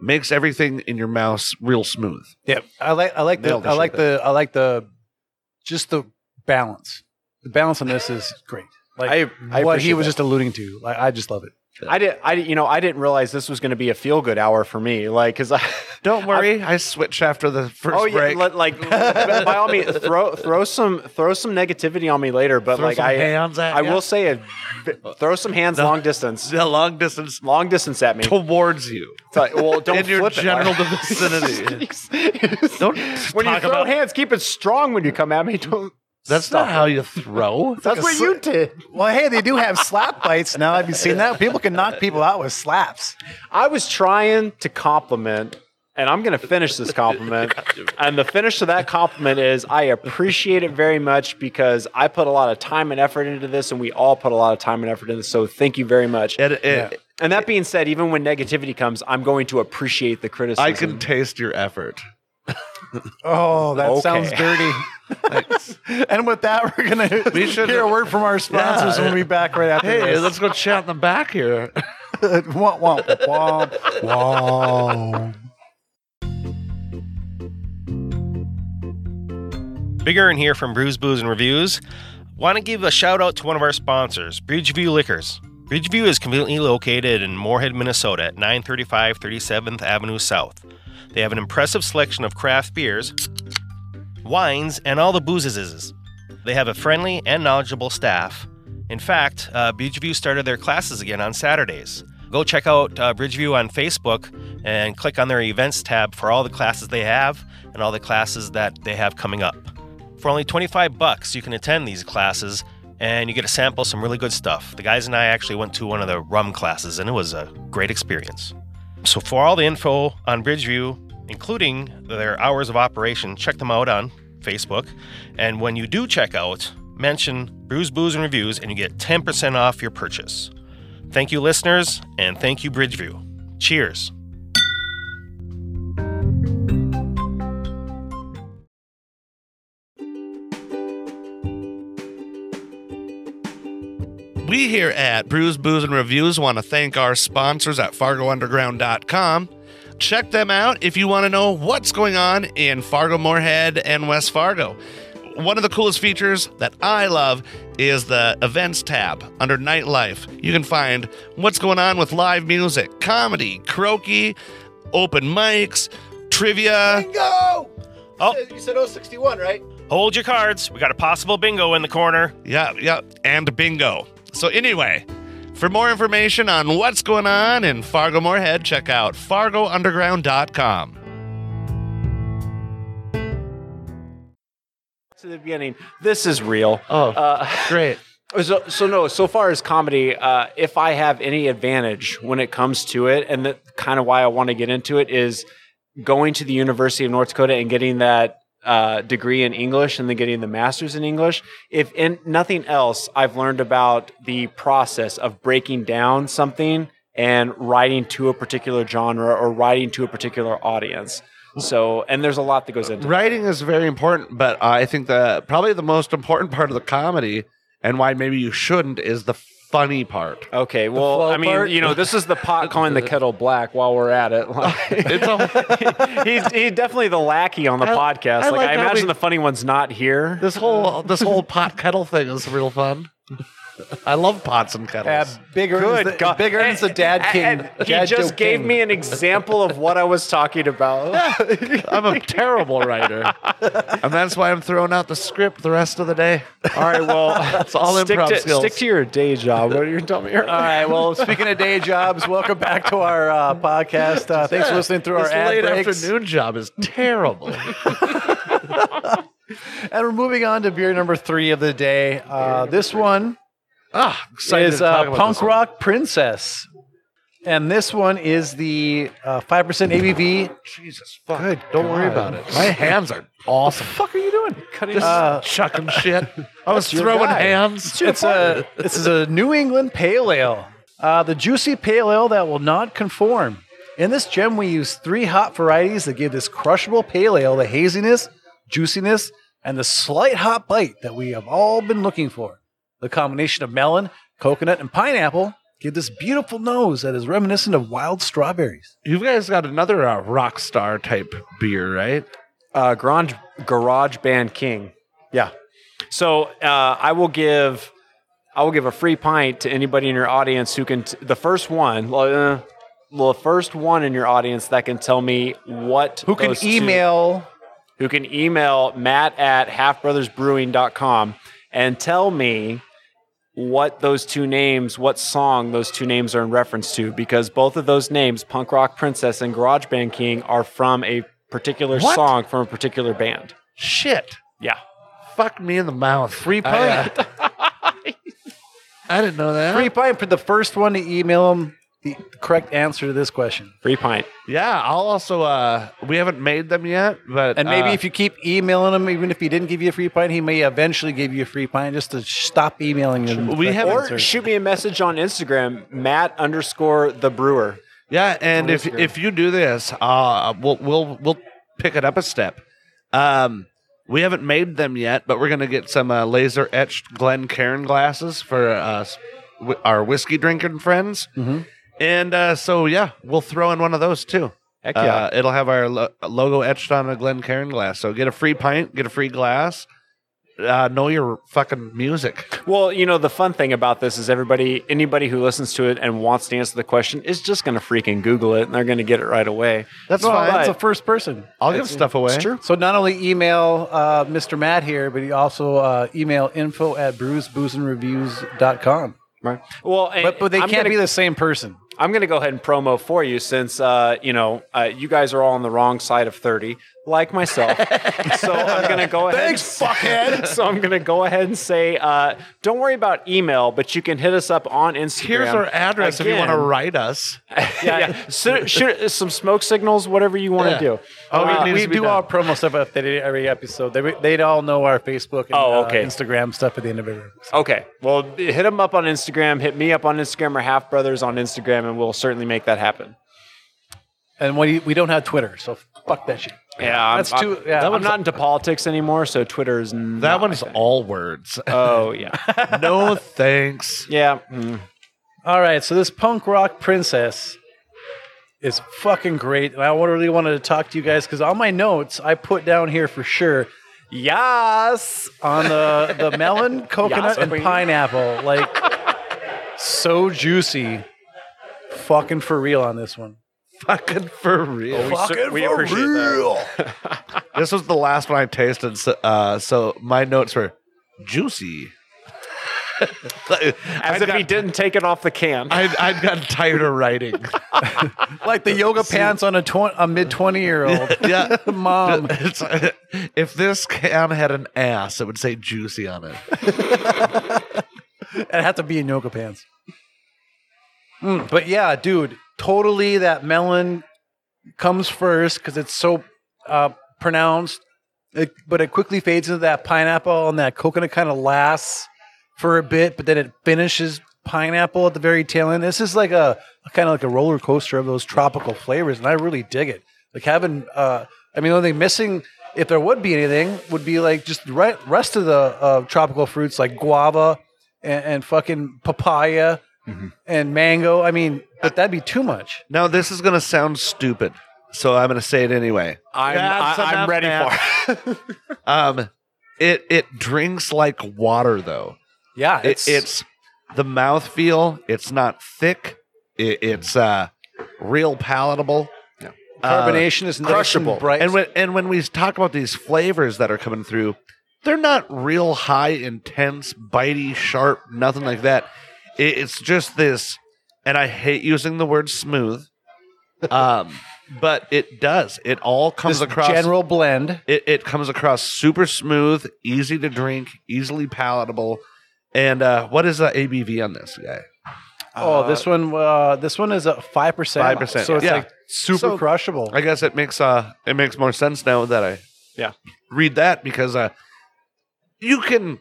makes everything in your mouth s- real smooth.
Yep. I like. I like the.
Nailed the
I like
shit.
the. I like the. Just the balance. The balance on this is great. Like
I, I
what he
appreciate
was
that.
just alluding to. Like I just love it.
I did I you know, I didn't realize this was going to be a feel good hour for me like cuz I
Don't worry, I, switch after the first
oh yeah,
break.
let- like by all means, throw throw some throw some negativity on me later. But
Throw
like
some
I
hands at
I
ya.
will say, a, throw some hands long distance,
the long distance
long distance at me.
towards you
Sorry, well, don't
in your
flip
general
It.
vicinity. Don't
when you
talk
throw
about-
hands, keep it strong when you come at me. Don't.
That's not how you throw.
That's what you did.
Well, hey, they do have slap bites now. Have you seen that? People can knock people out with slaps.
I was trying to compliment, and I'm going to finish this compliment. and the finish to that compliment is I appreciate it very much because I put a lot of time and effort into this, and we all put a lot of time and effort into this. So thank you very much.
It- it-
And that being said, even when negativity comes, I'm going to appreciate the criticism.
I can taste your effort.
Oh, that
Okay.
sounds dirty. and with that, we're gonna
We should-
hear a word from our sponsors,
Yeah.
and we'll be back right after
Hey,
this.
let's go chat in the back here.
Womp, womp, womp, womp.
Bigger and here from Brews, Booze, and Reviews. Want to give a shout out to one of our sponsors, Bridgeview Liquors. Bridgeview is conveniently located in Moorhead, Minnesota at 935 37th Avenue South. They have an impressive selection of craft beers, wines, and all the boozes. They have a friendly and knowledgeable staff In fact, uh, Bridgeview started their classes again on Saturdays. Go check out uh, Bridgeview on Facebook and click on their events tab for all the classes they have and all the classes that they have coming up. For only 25 bucks, you can attend these classes and you get to sample some really good stuff. The guys and I actually went to one of the rum classes and it was a great experience. So for all the info on Bridgeview, including their hours of operation, check them out on Facebook. And when you do check out, mention Brews, Booze, and Reviews and you get 10% off your purchase. Thank you, listeners, and thank you, Bridgeview. Cheers.
We here at Brews, Booze, and Reviews want to thank our sponsors at FargoUnderground.com. Check them out if you want to know what's going on in Fargo, Moorhead, and West Fargo. One of the coolest features that I love is the events tab under nightlife. You can find what's going on with live music, comedy, karaoke, open mics, trivia.
Go!
Oh.
You said 061, right?
Hold your cards. We got a possible bingo in the corner.
Yeah, yeah, and bingo. So anyway, for more information on what's going on in Fargo Moorhead, check out fargounderground.com.
to the beginning. This is real.
Oh,
Uh,
great.
So, so no. So far as comedy, uh, if I have any advantage when it comes to it, and that kind of why I want to get into it is going to the University of North Dakota and getting that uh, degree in English and then getting the master's in English. If in nothing else, I've learned about the process of breaking down something and writing to a particular genre or writing to a particular audience. So, and there's a lot that goes into. it.
Writing is very important, but I think the probably the most important part of the comedy and why maybe you shouldn't is the funny part.
Okay, well,
flow
I mean,
part?
you know, this is the pot calling the kettle black. While we're at it, like,
It's a,
he's, he's definitely the lackey on the
I-
podcast.
I
like,
like
I
how
imagine
we-
the funny one's not here.
this whole this whole pot kettle thing is real fun. I love pots and
Uh,
kettles.
big Earn's the,
God.
Big Earn's the dad king.
And he
dad
just
joke
gave
king.
me an example of what I was talking about.
I'm a terrible writer, and that's why I'm throwing out the script the rest of the day.
All right, well,
It's all
stick
improv
to,
skills.
stick to your day job. What are you telling me? earlier?
All right. Well, speaking of day jobs, welcome back to our uh, podcast. Uh, thanks for listening through our
This
ad
late
breaks.
afternoon job is terrible.
And we're moving on to beer number three of the day. Uh, this one
ah,
is
excited to talk
uh,
about
Punk
this one.
Rock Princess. And this one is the uh, 5% ABV.
Jesus, fuck.
Good
Don't worry
God.
about it. My hands are awesome.
fuck are you doing?
Cutting
Just
off.
Uh,
chucking shit. I was
your
throwing
guy.
hands.
It's a, this is a New England Pale Ale. Uh, the juicy pale ale that will not conform. In this gem, we use three hop varieties that give this crushable pale ale the haziness, juiciness, and the slight hop bite that we have all been looking for. The combination of melon, coconut, and pineapple give this beautiful nose that is reminiscent of wild strawberries.
You guys got another uh, rock star type beer, right?
uh, garage garage band king. Yeah. So uh, I will give I will give a free pint to anybody in your audience who can t- the first one. well, Uh, well, the first one in your audience that can tell me what
Who can
those two-
email?
who can email Matt at halfbrothersbrewing.com and tell me what those two names, what song those two names are in reference to, because both of those names, Punk Rock Princess and Garage Band King, are from a particular
What?
song from a particular band.
Shit.
Yeah.
Fuck me in the mouth. Free
pint.
I, uh, I didn't know that.
Free pint for the first one to email them the correct answer to this question.
Free pint.
Yeah, I'll also. Uh, we haven't made them yet, but
And maybe
uh,
if you keep emailing him, even if he didn't give you a free pint, he may eventually give you a free pint just to sh- stop emailing him.
We have-
or
Or
Or shoot me a message on Instagram, Matt underscore the brewer.
Yeah, and
Oh,
if
that's good.
if you do this, uh, we'll we'll we'll pick it up a step. Um, we haven't made them yet, but we're gonna get some uh, laser etched Glen Cairn glasses for uh, s- wi- our whiskey drinking friends.
Mm-hmm.
Mhm.
And uh, so yeah, we'll throw in one of those too.
Heck yeah.
Uh, it'll have our lo- logo etched on a Glen Cairn glass. So get a free pint, get a free glass. uh, know your fucking music.
Well, you know, the fun thing about this is everybody, anybody who listens to it and wants to answer the question is just going to freaking Google it and they're going to get it right away.
That's
Well,
fine.
that's
but-
a first person.
I'll give stuff away.
It's true.
So not only email uh, Mr. Matt here, but he also uh, email info at brewsboozandreviews.com.
Right. Well, and
But, but they
I'm
can't
gonna-
be the same person.
I'm going to go ahead and promo for you since, uh, you know, uh, you guys are all on the wrong side of 30, like myself. so I'm going to go ahead.
Thanks, fuckhead.
So I'm going to go ahead and say, uh, don't worry about email, but you can hit us up on Instagram.
Here's our address if you want to
Again.
write us.
yeah, yeah. Shoot, shoot us some smoke signals, whatever you want to
Yeah.
do. Uh,
Oh, it
we
needs
Uh, we
to be
do
done.
all promo stuff at the, every episode. They, they'd all know our Facebook and
Oh,
uh,
okay.
Instagram stuff at the end of every episode.
Okay. Well, hit them up on Instagram. Hit me up on Instagram or Half Brothers on Instagram, and we'll certainly make that happen.
And we, we don't have Twitter, so fuck that shit.
Yeah, I'm,
That's
I'm-
too- yeah.
I'm not into politics anymore, so Twitter is not
That one's
my thing.
all words.
Oh yeah,
no thanks.
yeah. mm.
All right, so this punk rock princess is fucking great, and I wa- really wanted to talk to you guys because on my notes I put down here for sure
Yes.
on the the melon, coconut, and
queen.
pineapple, like so juicy, fucking for real on this one.
Fucking for real.
Oh, We, cer- we appreciate that.
This was the last one I tasted, so, uh, so my notes were juicy.
As
I'd,
if he
got,
didn't take it off the can.
I'd, I'd gotten tired of writing.
Like the yoga pants on a tw- a mid twenty year old
yeah.
mom.
It's, if this can had an ass, it would say juicy on it.
It had to be in yoga pants. Mm, but yeah, dude, totally that melon comes first because it's so uh, pronounced, it, but it quickly fades into that pineapple and that coconut kind of lasts for a bit, but then it finishes pineapple at the very tail end. This is like a, kind of like a roller coaster of those tropical flavors, and I really dig it. Like having, uh, I mean, the only thing missing, if there would be anything, would be like just the re- rest of the uh, tropical fruits like guava and, and fucking papaya
Mm-hmm.
and mango. I mean, but that'd be too much.
Now, this is going to sound stupid, so I'm going to say it anyway.
I'm,
That's
I,
enough,
am ready
man.
for it.
Um, it, it drinks like water, though.
Yeah,
It, it's the mouthfeel, it's not thick, it, it's uh, real palatable. Uh,
carbonation is nice and
crushable.
bright.
And when and when we talk about these flavors that are coming through, they're not real high, intense, bitey, sharp, nothing like that. It, it's just this, and I hate using the word smooth, um, but it does. It all comes
this
across.
general blend.
it, it comes across super smooth, easy to drink, easily palatable. And uh, what is the ABV on this guy?
Oh, this one, uh, this one is a five percent.
5%,
So it's
yeah.
like super
So-
crushable.
I guess it makes uh it makes more sense now that I
Yeah.
read that because uh you can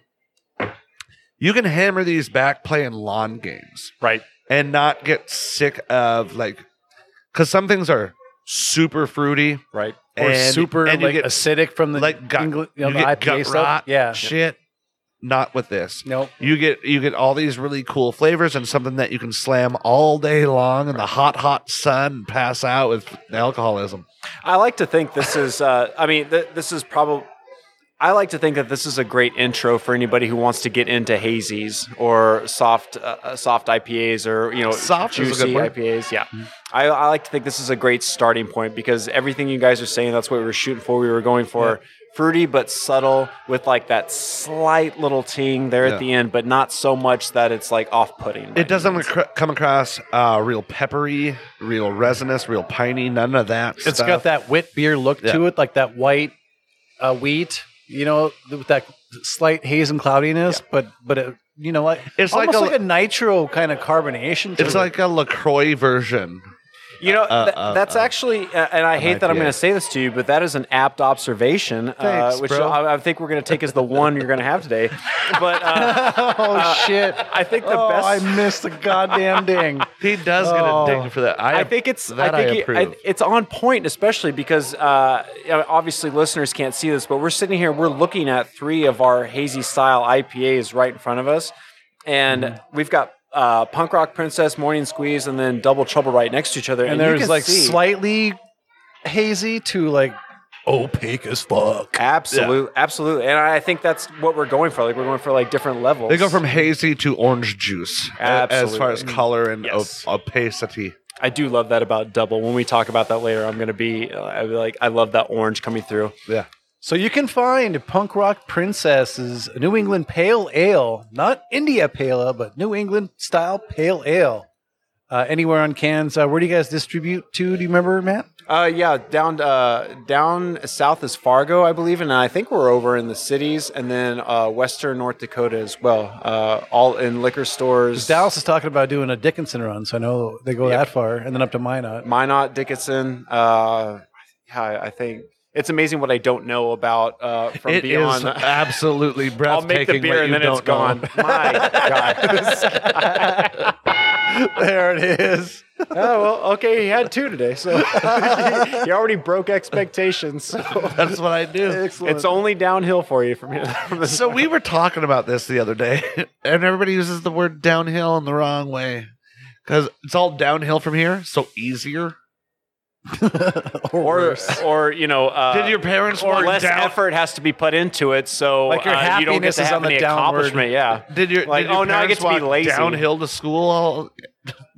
you can hammer these back playing lawn games
Right.
and not get sick of like because some things are super fruity
Right.
or
and-
super
and you
like
get
acidic from the
like gut-
Engli- you know,
you
the
get
IPA
gut
stuff.
rot.
Yeah.
shit not with this
Nope.
you get you get all these really cool flavors and something that you can slam all day long in the hot hot sun and pass out with alcoholism
I like to think this is. Uh, I mean, th- this is probably. I like to think that this is a great intro for anybody who wants to get into hazies or soft, uh, uh, soft IPAs or you know
Soft is a good
juicy
word. Mm-hmm.
IPAs. Yeah, I, I like to think this is a great starting point because everything you guys are saying, that's what we were shooting for. We were going for fruity but subtle, with like that slight little ting there
Yeah.
at the end, but not so much that it's like off-putting.
It doesn't acro- come across uh, real peppery, real resinous, real piney. None of that.
It's got that wit beer look to it, like that white uh, wheat. You know, th- with that slight haze and cloudiness, but but it, you know what?
It's like
almost
a-
like a, nitro kind of carbonation. To
It's
it.
like a Lacroix version.
You know,
uh,
tha-
uh,
that's
uh,
actually, uh, and I hate that I'm
IPA.
going to say this to you, but that is an apt observation,
Thanks,
uh, which
bro.
I, I think we're going to take as the one you're going to have today. But uh,
oh shit!
I think the
oh,
best.
I missed the goddamn ding.
He does
Oh.
get a ding for that. I,
I think it's
that
I think
I
it- I-
approve.
it's on point, especially because uh, you know, obviously listeners can't see this, but we're sitting here, we're looking at three of our hazy style IPAs right in front of us, and
Mm-hmm.
we've got uh, Punk Rock Princess, Morning Squeeze, and then Double Trouble right next to each other,
and
you
there's
can
like
see-
slightly hazy to like
opaque as fuck.
Absolutely, absolutely, and I think that's what we're going for. Like we're going for like different levels.
They go from hazy to orange juice a- as far as
Absolutely.
color and
Yes.
op- opacity.
I do love that about double. When we talk about that later, I'm gonna be, uh, I'll be like, I love that orange coming through.
So you can find Punk Rock Princess's New England Pale Ale, not India Pale Ale, but New England style Pale Ale. Uh, anywhere on cans. Uh, where do you guys distribute to? Do you remember, Matt?
Uh, yeah, down uh, down south is Fargo, I believe, and I think we're over in the cities, and then uh, western North Dakota as well. Uh, all in liquor stores.
Dallas is talking about doing a Dickinson run, so I know they go that far, and then up to Minot.
Minot, Dickinson. Uh, yeah, I- I think it's amazing what I don't know about uh, from
It is
beyond.
absolutely
I'll
breathtaking.
make the
what
beer and
you
then it's gone.
don't know.
My God.
there it is.
oh well, okay. He had two today, so he already broke expectations. So
That's what I do.
it's only downhill for you from here. From this.
So we were talking about this the other day, and everybody uses the word downhill in the wrong way because it's all downhill from here, so easier.
or or you know, uh,
Did your parents
or
work
less
down?
effort has to be put into it, so
Like your
uh, you don't
happiness
get to
is
have
on the
any
downward-
accomplishment. Yeah,
Did your
Like,
did your
oh, now I get
parents
to be
walk
lazy.
downhill to school? All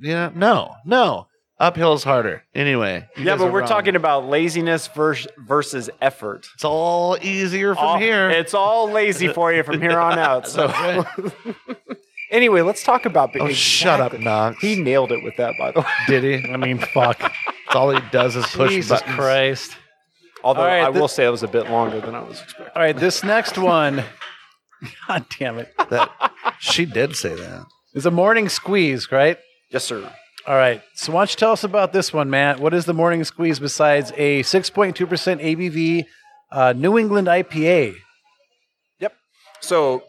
yeah, no, no, uphill's harder. Anyway, you
yeah,
guys
but
are
we're
wrong.
talking about laziness vers- versus effort.
It's all easier from
all-
here.
It's all lazy for you from here on out. So anyway, let's talk about.
oh, shut up,
Exactly.
Knox.
He nailed it with that, by the way.
did he?
I mean, fuck.
It's all he does is push
Jesus
buttons.
Christ.
Although
All right,
I
th-
will say it was a bit longer than I was expecting.
All right, this next one. God damn it.
That, she did say that.
It's a morning squeeze, right?
Yes, sir.
All right. So why don't you tell us about this one, Matt? What is the morning squeeze besides a 6.2% ABV uh, New England IPA?
So,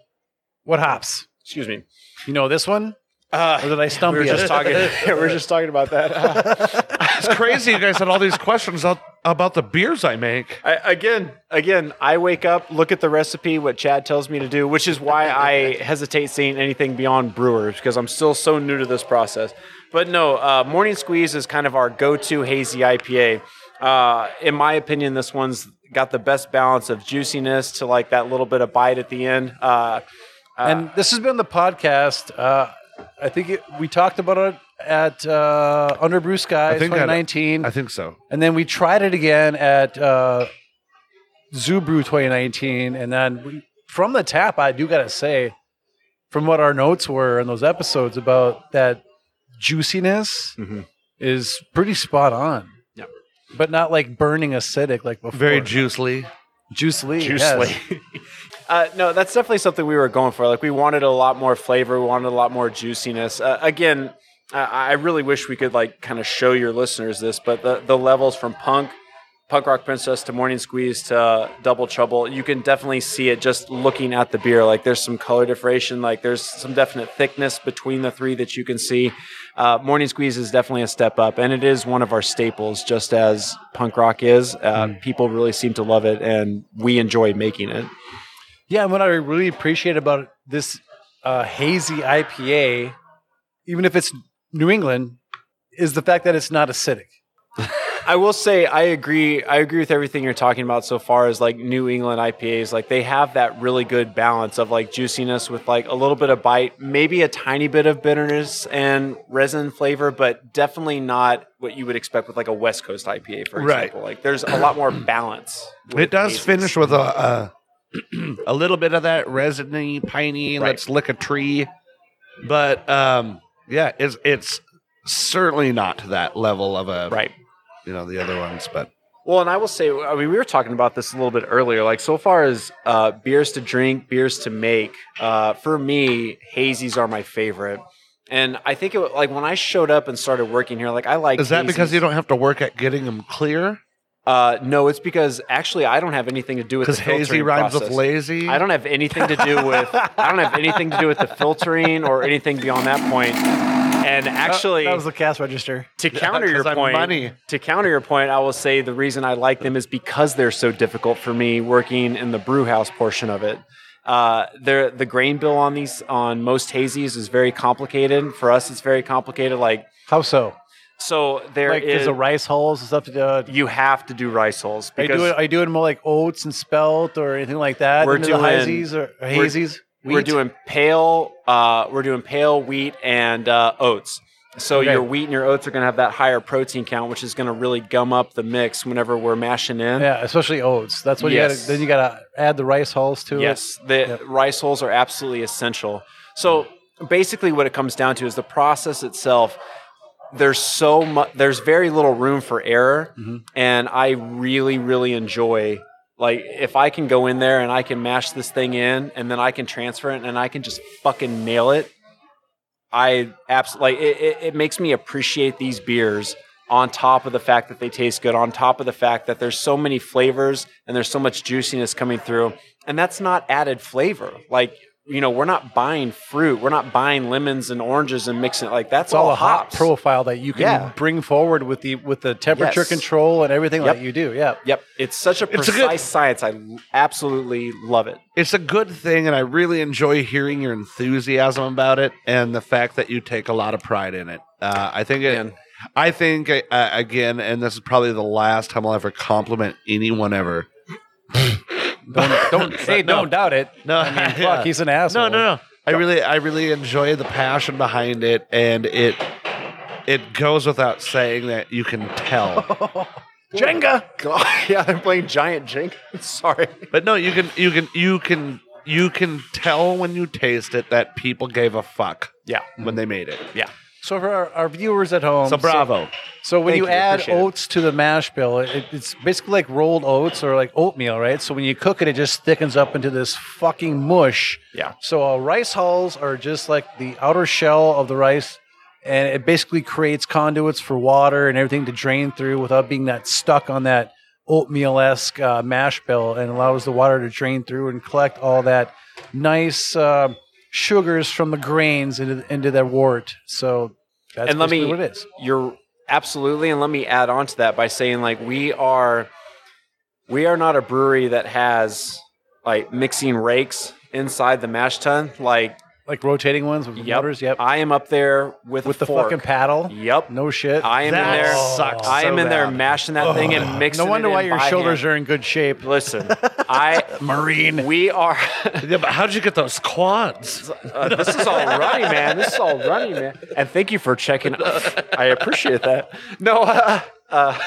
What hops?
excuse me.
You know this one?
Uh,
Or did I stump
we were
you?
just talking. we were just talking about that.
It's crazy. You guys had all these questions out, about the beers I make.
I, again, again, I wake up, look at the recipe, what Chad tells me to do, which is why I hesitate saying anything beyond brewers because I'm still so new to this process. But no, uh, Morning Squeeze is kind of our go-to hazy IPA. Uh, in my opinion, this one's got the best balance of juiciness to like that little bit of bite at the end. Uh,
and this has been the podcast. Uh, I think it, we talked about it at uh, Under Blue Sky
I think I-
2019.
I think so.
and then we tried it again at uh, Zoo Brew 2019. And then we, from the tap, I do got to say, from what our notes were in those episodes about that juiciness
Mm-hmm.
Mhm.
is pretty spot on.
Yep.
But not like burning acidic like before.
Very juicily.
juice lead.
Uh, no, that's definitely something we were going for. Like we wanted a lot more flavor, we wanted a lot more juiciness. Uh, again, I, I really wish we could like kind of show your listeners this, but the the levels from punk, punk rock princess to morning squeeze to uh, double trouble, you can definitely see it just looking at the beer. Like there's some color differentiation, like there's some definite thickness between the three that you can see. Uh, morning squeeze is definitely a step up, and it is one of our staples, just as punk rock is. Uh, People really seem to love it, and we enjoy making it.
Yeah, and what I really appreciate about this uh, hazy IPA, even if it's New England, is the fact that it's not acidic.
I will say I agree. I agree with everything you're talking about so far as like New England IPAs. Like they have that really good balance of like juiciness with like a little bit of bite, maybe a tiny bit of bitterness and resin flavor, but definitely not what you would expect with like a West Coast IPA, for
Right.
example. Like there's a lot more balance. with
It does
hazes.
finish with a a, a little bit of that resiny, piney.
Right.
Let's lick a tree, but um, yeah, it's it's certainly not to that level of a
right.
you know the other ones, but
Well, and I will say, I mean, we were talking about this a little bit earlier. Like, so far as uh, beers to drink, beers to make, uh, for me, hazies are my favorite. And I think it wa- like when I showed up and started working here, like I like.
is that because
hazies.
you don't have to work at getting them clear?
Uh, no, it's because actually I don't have anything to do with the
Because hazy
filtering
rhymes
process.
with lazy.
I don't have anything to do with. I don't have anything to do with the filtering or anything beyond that point. And actually,
Uh, that was the cast register.
to counter
'cause
your
I'm
point,
money.
to counter your point, I will say the reason I like them is because they're so difficult for me working in the brew house portion of it. Uh, they're- the grain bill on these on most hazies is very complicated. For us, it's very complicated. Like
How so?
So there
like, is
is
the rice hulls and stuff? Uh,
you have to do rice holes
are, you doing,
because
are you doing more like oats and spelt or anything like that?
We're
into
doing-
the hazies or or
we're-
hazies.
we're
Wheat?
doing pale uh, we're doing pale wheat and uh, oats. So
Okay.
your wheat and your oats are going to have that higher protein count, which is going to really gum up the mix whenever we're mashing in.
yeah, especially oats. That's what you
Yes.
got. Then you got to add the rice hulls to it.
Yes, the
Yep.
rice holes are absolutely essential. So basically, what it comes down to is the process itself. There's so much. There's very little room for error,
Mhm.
and I really, really enjoy. Like if I can go in there and I can mash this thing in, and then I can transfer it, and I can just fucking nail it. I absolutely like it, it. It makes me appreciate these beers on top of the fact that they taste good, on top of the fact that there's so many flavors and there's so much juiciness coming through. And that's not added flavor. Like, you know, we're not buying fruit, we're not buying lemons and oranges and mixing it. Like, that's
It's all
all
a hop
hops.
profile that you can
Yeah.
bring forward with the with the temperature
Yes.
control and everything
Yep.
that you do. Yeah.
Yep. It's such a
It's
precise
a good-
science. I absolutely love it.
it's a good thing and i really enjoy hearing your enthusiasm about it and the fact that you take a lot of pride in it uh, i think it,
Man.
i think uh, again and this is probably the last time i'll ever compliment anyone ever
Don't, don't hey,
No.
don't doubt it.
no
I mean, fuck, he's an asshole.
no no no i really i really enjoy the passion behind it and it it goes without saying that you can tell
Jenga.
God, yeah, they're playing giant jink. Sorry.
But no, you can you can you can you can tell when you taste it that people gave a fuck.
Yeah.
When they made it.
So for our, our viewers at home,
So bravo.
So when
Thank
you,
you,
add
appreciate it.
oats to the mash bill, it, it's basically like rolled oats or like oatmeal, right? So when you cook it, it just thickens up into this fucking mush.
Yeah.
So uh, rice hulls are just like the outer shell of the rice, and it basically creates conduits for water and everything to drain through without being that stuck on that oatmeal esque uh, mash bill, and allows the water to drain through and collect all that nice uh, sugars from the grains into into their wort. So. That's
And let
basically
me-
what it is.
You're absolutely, and let me add on to that by saying like we are, we are not a brewery that has like mixing rakes inside the mash tun. Like
like rotating ones with
Yep.
motors. Yep,
I am up there with
with
a
the
fork.
fucking paddle.
Yep.
No shit.
I am
That
in there.
sucks
I am
so
in there
bad.
mashing that thing and mixing.
no wonder
it
why
in
your
by
shoulders
hand.
are in good shape.
Listen, I
Marine.
we are.
Yeah, but how did you get those quads?
uh, this is all runny, man. This is all runny, man. And thank you for checking. I appreciate that. No, uh, uh,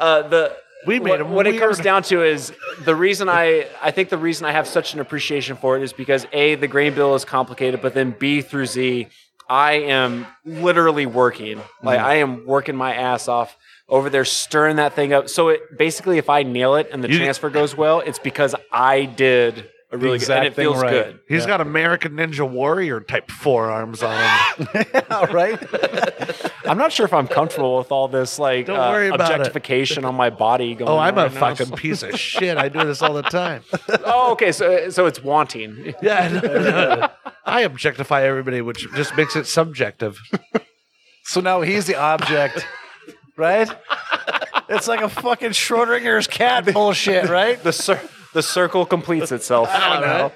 uh, the
We made
what,
them
what it comes
weird.
down to is the reason I I think the reason I have such an appreciation for it is because a the grain bill is complicated, but then B through Z, I am literally working like
Mm-hmm.
I am working my ass off over there stirring that thing up. So it basically, if I nail it and the
You-
transfer goes well, it's because I did a really good,
exact
and it
thing
feels
right.
good.
He's
Yeah.
got American Ninja Warrior type forearms on him.
All right.
I'm not sure if I'm comfortable with all this like
Don't worry
uh,
about it.
objectification on my body. Going
oh, I'm
on
a
right now.
fucking piece of shit. I do this all the time.
Oh, okay. So so it's wanting.
Yeah. I know. I objectify everybody, which just makes it subjective.
so now he's the object, right? It's like a fucking Schrodinger's cat bullshit, right?
The cir- the circle completes itself.
I don't know.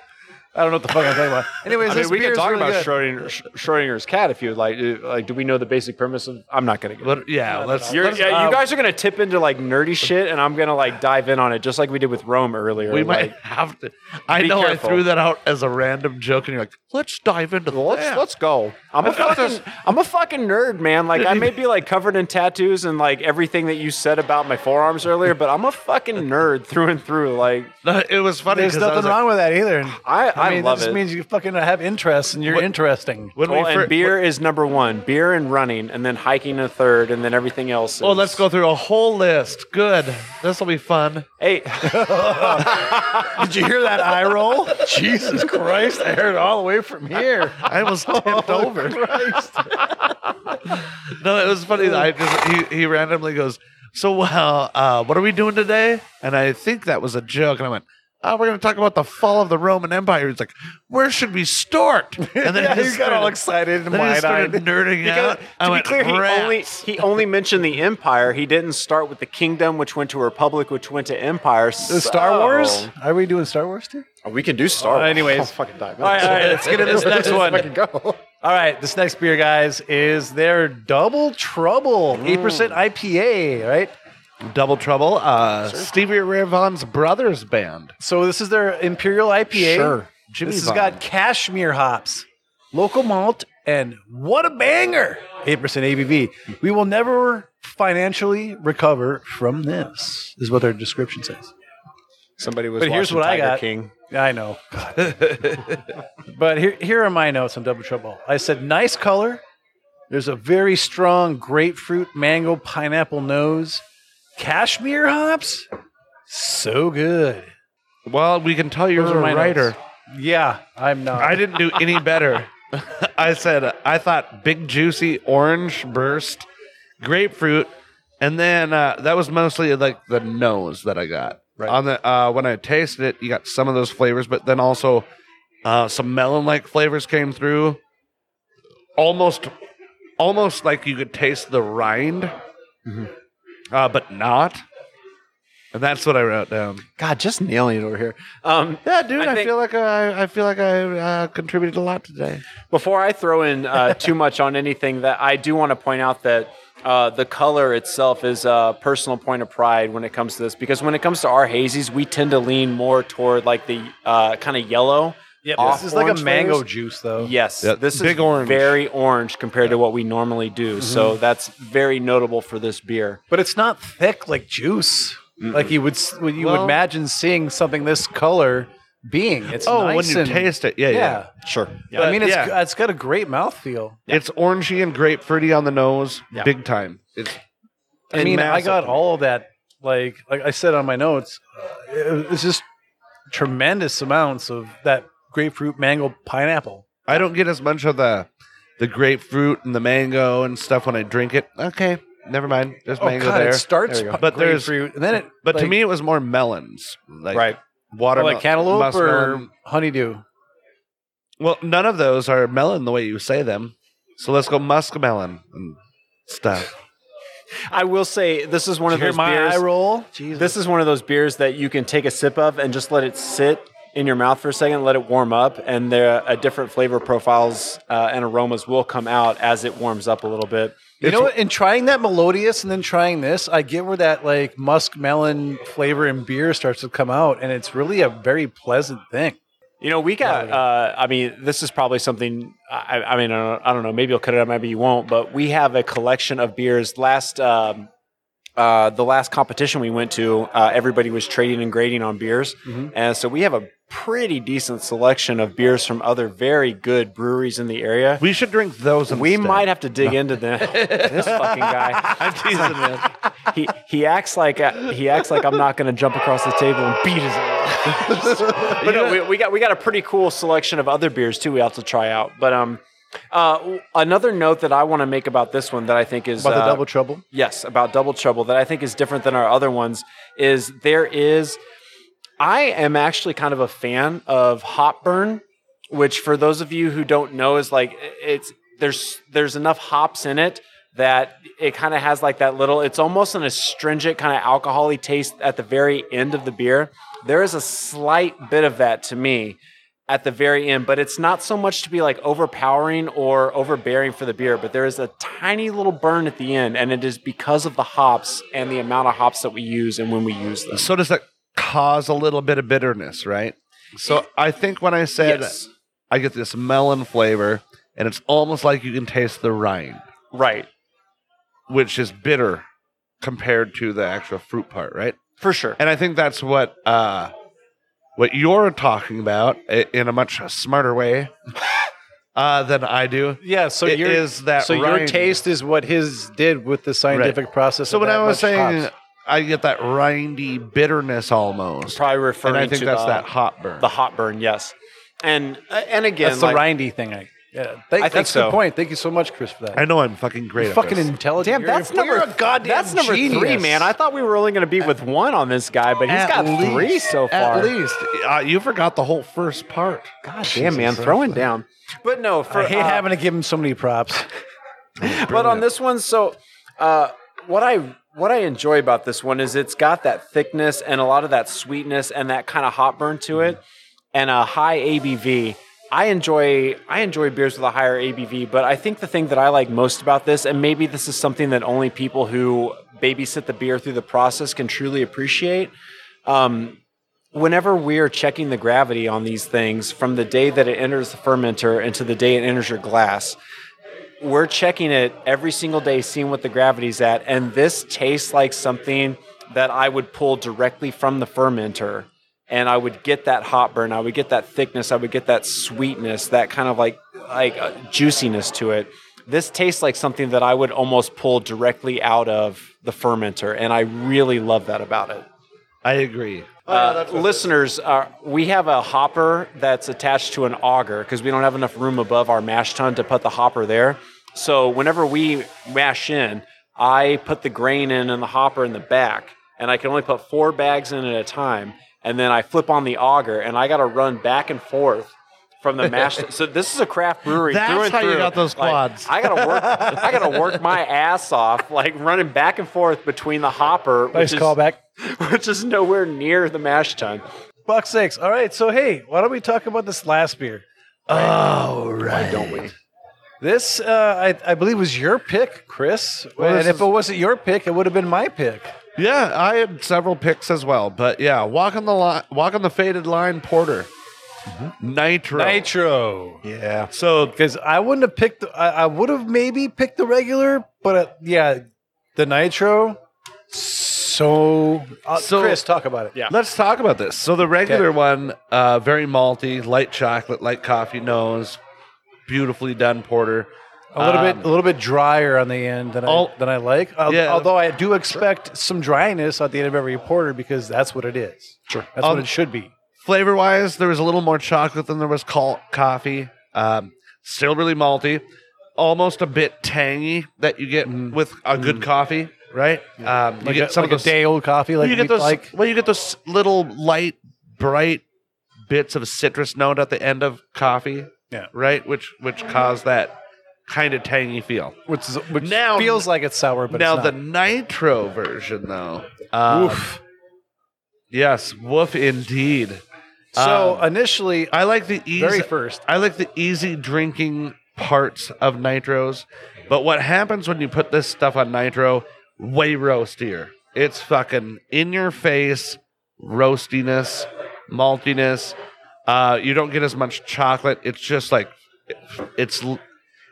I don't know what the fuck I'm talking about. Anyways,
I mean,
this
we
beer
can
is
talk
really
about
good.
Schrodinger, Sch- Schrodinger's cat if you would like. Uh, Like, do we know the basic premise of? I'm not gonna get.
But yeah, let's.
You're,
let's-
yeah,
uh,
you guys are gonna tip into like nerdy shit, and I'm gonna like dive in on it just like we did with Rome earlier.
We
like,
might have to. I
be
know
careful.
I threw that out as a random joke, and you're like, "Let's dive into
Let's
that."
let's go. I'm a fucking I'm a fucking nerd, man. Like I may be like covered in tattoos and like everything that you said about my forearms earlier, but I'm a fucking nerd through and through. Like
No, it was funny.
There's
'cause I
nothing
was like,
wrong with that either.
I I,
I mean,
love
that just
it.
means you fucking have interests and you're interesting.
when
well,
we fir-
and beer is number one. Beer and running, and then hiking a third, and then everything else.
Oh,
is-
let's go through a whole list. Good. This will be fun.
Hey,
Did you hear that eye roll? Jesus Christ! I heard it all the way from here.
I almost tipped over. Oh, No, it was funny. that I just he, he randomly goes, "So, well, uh, what are we doing today?" And I think that was a joke, and I went, oh, we're going to talk about the fall of the Roman Empire. He's like, where should we start? And then
yeah,
he
he
just
got all
started-
excited and
then he
wide
started
eyed.
nerding
Because,
out. I
to be
went,
clear, he only,
"Rats."
he only mentioned the empire. He didn't start with the kingdom, which went to republic, which went to empire.
Star
So-
Wars? Are we doing Star Wars too?
Oh, we can do Star
Uh,
Wars.
anyways.
Oh, fucking die.
All right, all right, let's get into this next
Let's
one.
fucking go.
All right, this next beer, guys, is their Double Trouble, eight percent IPA. Right.
Double Trouble, uh, Stevie Ray Vaughan's brothers band.
So this is their Imperial IPA.
Sure.
Jimmy
this has
Vaughn.
got cashmere hops, local malt, and what a banger! Eight percent ABV. We will never financially recover from this. Is what their description says.
Somebody was.
But here's
watching
what I
Tiger
got.
King.
I know. but here, here are my notes on Double Trouble. I said, nice color. There's a very strong grapefruit, mango, pineapple nose. Cashmere hops? So good.
Well, we can tell you're
Those are my
a writer.
notes. Yeah, I'm not.
I didn't do any better. I said uh, I thought big juicy orange burst, grapefruit, and then uh, that was mostly like the nose that I got.
Right.
On the uh, when I tasted it, you got some of those flavors, but then also uh, some melon-like flavors came through. Almost, almost like you could taste the rind, uh, but not. And that's what I wrote down.
God, just nailing it over here.
Um,
Yeah, dude,
I
I,
think-
feel like I, I feel like I uh, contributed a lot today.
Before I throw in uh, too much on anything, that I do want to point out that uh, the color itself is a personal point of pride when it comes to this, because when it comes to our hazies, we tend to lean more toward like the uh, kind of yellow.
Yep,
off
this is like a
orange
mango
flavors.
juice, though.
Yes,
Yeah,
this
big
is
orange.
very orange compared to what we normally
Mm-hmm.
do. So that's very notable for this beer.
But it's not thick like juice, like you would s- what you would
Well-
imagine seeing something this color being. It's
Oh,
nice
when you
and-
taste it, yeah,
yeah.
yeah.
Sure.
I mean, it's
yeah.
g- it's got a great mouthfeel.
It's orangey and grapefruity on the nose,
Yeah.
big time. It's
I mean, I
massive.
got all of that. Like, like I said on my notes, uh, it- it's just tremendous amounts of that grapefruit, mango, pineapple.
I don't get as much of the the grapefruit and the mango and stuff when I drink it. Okay, never mind. There's mango
oh God,
there,
it starts,
There you go.
but
But there's-
grapefruit, and then it.
but to
like-
me it was more melons, like
Right.
oh,
water,
like cantaloupe
muskmelon.
or honeydew.
well, none of those are melon the way you say them. So let's go muskmelon and stuff.
I will say this is one of
Hear
those
my
beers.
eye roll. Jesus.
This is one of those beers that you can take a sip of and just let it sit in your mouth for a second, let it warm up, and there a different flavor profiles uh, and aromas will come out as it warms up a little bit.
You know what? In trying that melodious and then trying this, I get where that like musk melon flavor in beer starts to come out, and it's really a very pleasant thing.
You know, we got. Uh, I mean, this is probably something. I, I mean, I don't, I don't know. Maybe you'll cut it out. Maybe you won't. But we have a collection of beers. Last, um, uh, the last competition we went to, uh, everybody was trading and grading on beers, and so we have a pretty decent selection of beers from other very good breweries in the area.
We should drink those. Instead.
We might have to dig into them. this fucking guy.
I'm teasing, man.
He he acts like uh, he acts like I'm not going to jump across the table and beat his. ass. but no, we, we got we got a pretty cool selection of other beers too. We have to try out. But um, uh, w- another note that I want to make about this one that I think is
About the
uh,
double trouble.
yes about double trouble that I think is different than our other ones is there is. I am actually kind of a fan of hop burn which for those of you who don't know is like it's there's there's enough hops in it that it kind of has like that little it's almost an astringent kind of alcoholy taste at the very end of the beer there is a slight bit of that to me at the very end but it's not so much to be like overpowering or overbearing for the beer but there is a tiny little burn at the end and it is because of the hops and the amount of hops that we use and when we use them
So does that cause a little bit of bitterness, right? So I think when I said
Yes.
I get this melon flavor, and it's almost like you can taste the rind,
right
which is bitter compared to the actual fruit part, right?
for sure
And I think that's what uh, what you're talking about i- in a much smarter way uh, than I do.
Yeah. So
It
your
is that
so your
rind.
taste is what his did with the scientific process.
So
of
when
that
I was
much
saying
hops.
I get that rindy bitterness almost,
probably referring
and I think
to
that's
the-
that hot burn.
The hot burn, yes. And uh, and again,
that's the
like-
rindy thing. I Yeah, thank,
I think
that's a
so.
good point. Thank you so much, Chris, for that.
I know I'm fucking great.
You're
at
fucking
this.
intelligent.
Damn,
You're-
that's
you're
number
a goddamn
That's number three,
genius.
man. I thought we were only going to be with one on this guy, but he's
At
got
least-
three so far.
At least uh, you forgot the whole first part.
God damn, man, throwing down. But no, for
I hate
uh,
having to give him so many props.
but on this one, so uh, what I what I enjoy about this one is it's got that thickness and a lot of that sweetness and that kind of hot burn to it, and a high ABV. I enjoy I enjoy beers with a higher ABV, but I think the thing that I like most about this, and maybe this is something that only people who babysit the beer through the process can truly appreciate. Um, whenever we are checking the gravity on these things from the day that it enters the fermenter into the day it enters your glass, we're checking it every single day, seeing what the gravity's at, and this tastes like something that I would pull directly from the fermenter, and I would get that hot burn, I would get that thickness, I would get that sweetness, that kind of like like uh, juiciness to it. This tastes like something that I would almost pull directly out of the fermenter, and I really love that about it.
I agree.
Uh, listeners, uh, we have a hopper that's attached to an auger because we don't have enough room above our mash tun to put the hopper there. So whenever we mash in, I put the grain in and the hopper in the back, and I can only put four bags in at a time. And then I flip on the auger, and I got to run back and forth from the mash. tun. so this is a craft brewery.
That's
through and
how you
through.
got those
Like,
quads.
I gotta work. I gotta work my ass off, like running back and forth between the hopper,
Nice
which is
callback.
which is nowhere near the mash tun.
Buck six. All right. So hey, why don't we talk about this last beer?
All right.
Don't we?
This uh, I, I believe was your pick, Chris.
Well,
and
this
if
is-
it wasn't your pick, it would have been my pick.
Yeah, I had several picks as well, but yeah, walk on the line, walk on the faded line, Porter, Nitro.
Nitro.
Mm-hmm. Yeah. So
Because I wouldn't have picked. The, I, I would have maybe picked the regular, but uh, yeah, the nitro. So, uh,
So-
Chris, talk about it.
Yeah.
Let's talk about this. So the regular one, uh, very malty, light chocolate, light coffee nose, beautifully done porter.
A little
Um,
bit, a little bit drier on the end than
Al-
I than I like. Al-
Yeah.
Although I do expect some dryness at the end of every porter because that's what it is. Sure, that's
Um,
what it should be.
Flavor wise, there was a little more chocolate than there was col- coffee. Um, still really malty, almost a bit tangy that you get with a good coffee, right? Um, you
Mm-hmm. Like,
get
a,
some
like
of those
a day old coffee, like
you get
we'd
those
like
well, you get those little light, bright bits of citrus note at the end of coffee.
Yeah.
Right, which which cause that kind of tangy feel.
which, is, which
Now-
feels like it's sour, but
now
it's
the
not.
nitro version though. Um,
Oof.
Yes, woof indeed.
So
um,
initially, uh,
I like the
very
easy
first,
I like the easy drinking parts of nitros, but what happens when you put this stuff on nitro? Way roastier. It's fucking in your face roastiness, maltiness. Uh, you don't get as much chocolate. It's just like it's l-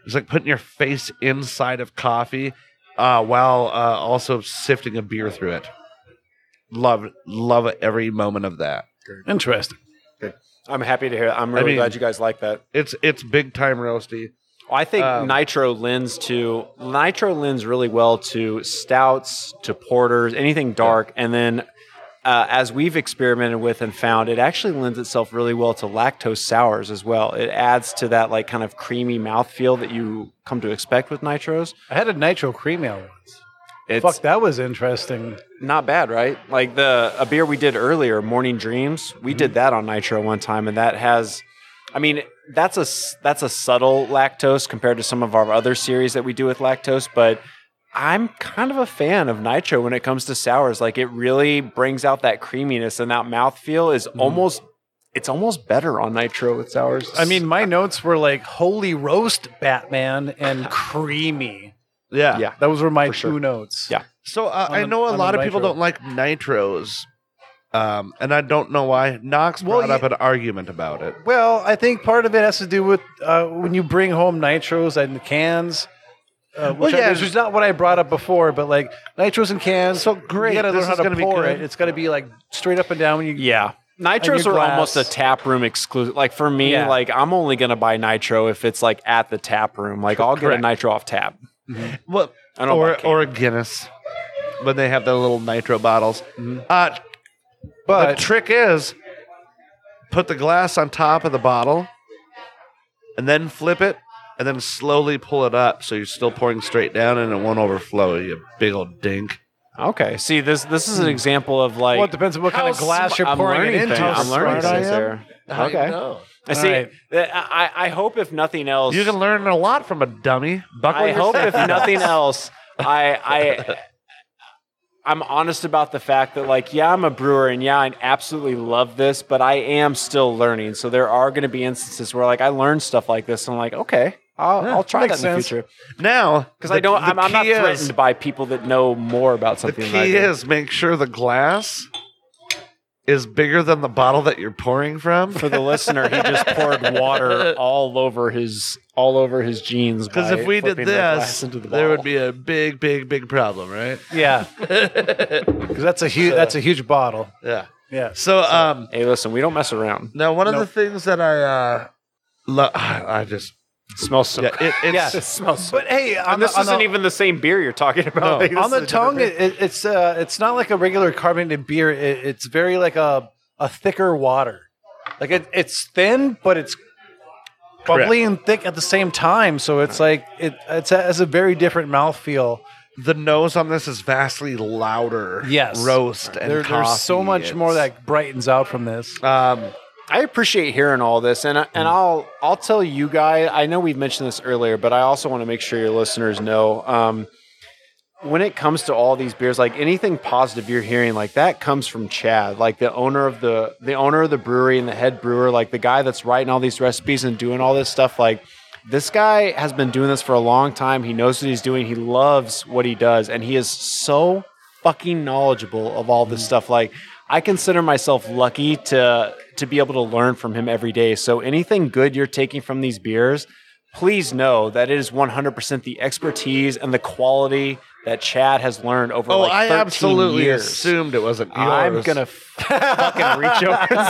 it's like putting your face inside of coffee uh, while uh, also sifting a beer through it. Love love every moment of that.
interesting.
I'm happy to hear. That. I'm really
mean-
glad you guys like that.
It's it's big time roasty.
I think
Um,
nitro lends to nitro lends really well to stouts, to porters, anything dark, and then uh, as we've experimented with and found, it actually lends itself really well to lactose sours as well. It adds to that like kind of creamy mouthfeel that you come to expect with nitros.
I had a nitro cream ale once.
It's
Fuck, that was interesting.
not bad, right? Like the a beer we did earlier, Morning Dreams. We
Mm-hmm.
did that on Nitro one time, and that has, I mean, that's a s- that's a subtle lactose compared to some of our other series that we do with lactose, but. I'm kind of a fan of nitro when it comes to sours. Like it really brings out that creaminess and that mouthfeel
Mm-hmm.
is almost it's almost better on nitro with sours.
I mean, my notes were like holy roast, Batman, and creamy.
Yeah.
Yeah.
Those were my two
For sure.
notes.
Yeah.
So uh,
on
I
the-
know a
on the
lot of people
nitro.
don't like nitros, um, and I don't know why. Knox
Well,
brought
you-
up an argument about it.
Well, I think part of it has to do with uh, when you bring home nitros and cans. Uh, which
Well,
I-
yeah.
which is not what I brought up before, but like nitros and cans.
So great,
You gotta
this
learn how
is
to
gonna be
pour
good.
it. It's gotta be like straight up and down when you.
Yeah. Nitros
your
are almost a
glass.
tap room exclusive. Like for me,
Yeah.
like I'm only gonna buy nitro if it's like at the tap room. Like I'll get
Correct.
a nitro off tap.
Well,
I don't
or
like it.
or a Guinness when they have their little nitro bottles. Uh, the
Mm-hmm. But
trick is put the glass on top of the bottle, and then flip it, and then slowly pull it up so you're still pouring straight down and it won't overflow. You big old dink.
Okay. See, this this is an example of like
well, it depends on what kind of
Hmm. How
glass
sm-
you're
I'm
pouring it
learning
into.
things. I'm learning
Smart I
things
am.
there. Okay. I
All
see.
right.
I, I I hope if nothing else,
You can learn a lot from a dummy. Buckle
I
your
hope
sack.
if nothing else, I I I'm honest about the fact that like yeah, I'm a brewer and yeah, I absolutely love this, but I am still learning. So there are going to be instances where like I learn stuff like this and I'm like, okay, I'll, I'll try that
makes
in
sense.
the future
now
because
the-
I don't
the
I'm, I'm not
key is-
threatened by people that know more about
The
something. than I
key
do.
is make sure the glass is bigger than the bottle that you're pouring from.
for the listener, he just poured water all over his all over his jeans.
Because
by
if we did
flipping the
this,
glass into the
there would
bottle.
be a big, big, big problem, right?
Yeah, because that's a huge that's a huge bottle.
Yeah.
Yeah.
So, um,
Hey, listen, we don't mess around.
now one of
Nope.
the things that I uh, lo- I just
It smells so.
yeah, it, it's
Yeah.
It smells so.
But hey, on
and this
the, on
isn't
the,
even the same beer you're talking about. Like, this
on
is
the
a
tongue.
different
It, it- it's uh, it's not like a regular carbonated beer. It, it's very like a a thicker water. Like it, it's thin, but it's bubbly and thick at the same time. So it's like it it's a, it's a very different mouthfeel.
the nose on this is vastly louder.
Yes.
roast and
There, there's so
coffee.
much more
It's-
that brightens out from this.
Um,
I appreciate hearing all this, and I- and I'll I'll tell you guys. I know we've mentioned this earlier, but I also want to make sure your listeners know. Um, when it comes to all these beers, like anything positive you're hearing, like that comes from Chad, like the owner of the the owner of the brewery and the head brewer, like the guy that's writing all these recipes and doing all this stuff. Like this guy has been doing this for a long time. He knows what he's doing. He loves what he does, and he is so fucking knowledgeable of all this stuff. Like I consider myself lucky to to be able to learn from him every day. So anything good you're taking from these beers, please know that it is 100% the expertise and the quality that Chad has learned over
oh,
like 13
I absolutely
years.
assumed it wasn't yours.
I'm going to fucking reach over.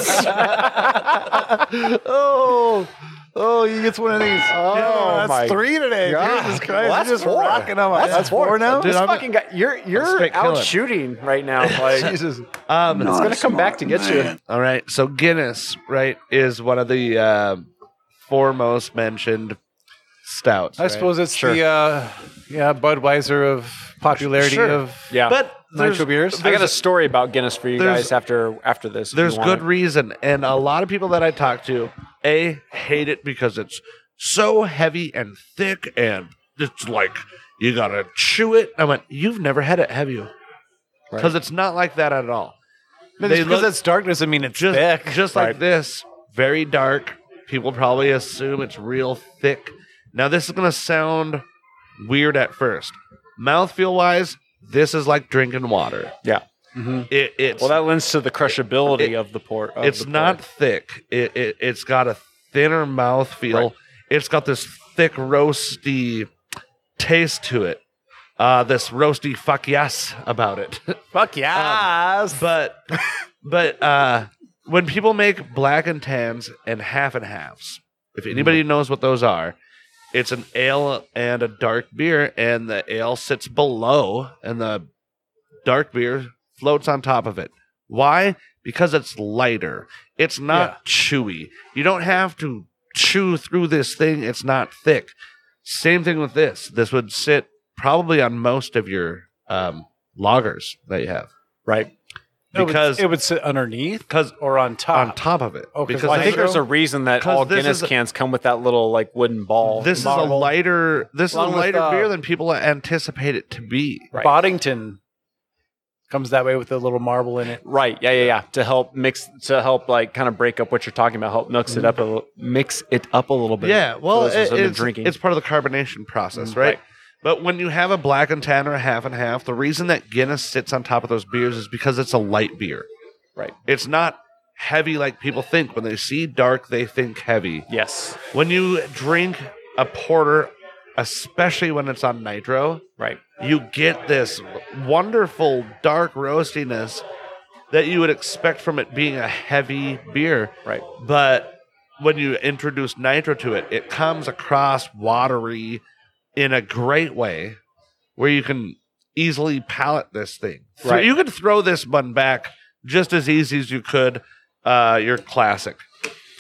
and
Oh, oh, he gets one of these. Oh, that's
my
three today.
God.
Jesus Christ,
Well, that's
you're just
four.
rocking them. That's, that's four, now.
This
I'm-
fucking guy, you're you're
straight
out
killing.
shooting right now. Like it's
Jesus.
Um,
gonna come back to get you.
All right. So Guinness, right, is one of the uh, foremost mentioned stouts.
I
right?
suppose it's the uh, yeah Budweiser of popularity
Sure.
of
Yeah,
But there's,
nitro beers.
I got a story about Guinness for you
there's-
guys after after this. if
there's
you want
good
it.
reason, and a lot of people that I talk to, a hate it because it's so heavy and thick, and it's like you gotta chew it. I went, you've never had it, have you? Because it's not like that at all.
No,
they
just because
look-
it's dark doesn't mean it's
just
thick.
just like this, very dark. People probably assume it's real thick. Now this is gonna sound weird at first. Mouthfeel wise, this is like drinking water.
Yeah.
It, it's
Well, that lends to the crushability
it-
of the port. of
it's
the
not
port.
thick. It, it it's got a thinner mouthfeel.
Right.
It's got this thick roasty taste to it. Uh, this roasty fuck yes about it. Um,
fuck yeah.
but but uh when people make black and tans and half and halves if anybody knows what those are it's an ale and a dark beer and the ale sits below and the dark beer floats on top of it why because it's lighter it's not chewy you don't have to chew through this thing it's not thick same thing with this this would sit probably on most of your um loggers that you have
right.
because-
it would, sit underneath
because
or on top.
on top of it.
Oh, 'cause
because
Well,
I think
nitro-
there's a reason that
'Cause
all
this
Guinness
is a-
cans come with that little like wooden ball.
this is a
Marvel.
lighter this is a
Along with,
lighter
uh,
beer than people anticipate it to be.
right.
Boddington comes that way with a little marble in it.
Right. Yeah. Yeah. Yeah. To help mix, to help like kind of break up what you're talking about, help mix it up a little, mix it up a little bit.
Mm-hmm. Yeah, well,
For those
it,
who've been
it's,
drinking.
it's part of the carbonation process,
Mm,
right?
right.
But when you have a black and tan or a half and half, the reason that Guinness sits on top of those beers is because it's a light beer.
Right.
It's not heavy like people think. When they see dark, they think heavy.
Yes.
When you drink a porter, especially when it's on nitro,
Right.
you get this wonderful dark roastiness that you would expect from it being a heavy beer.
Right.
But when you introduce nitro to it, it comes across watery in a great way where you can easily palate this thing. Th-
Right.
You could throw this one back just as easy as you could uh, your classic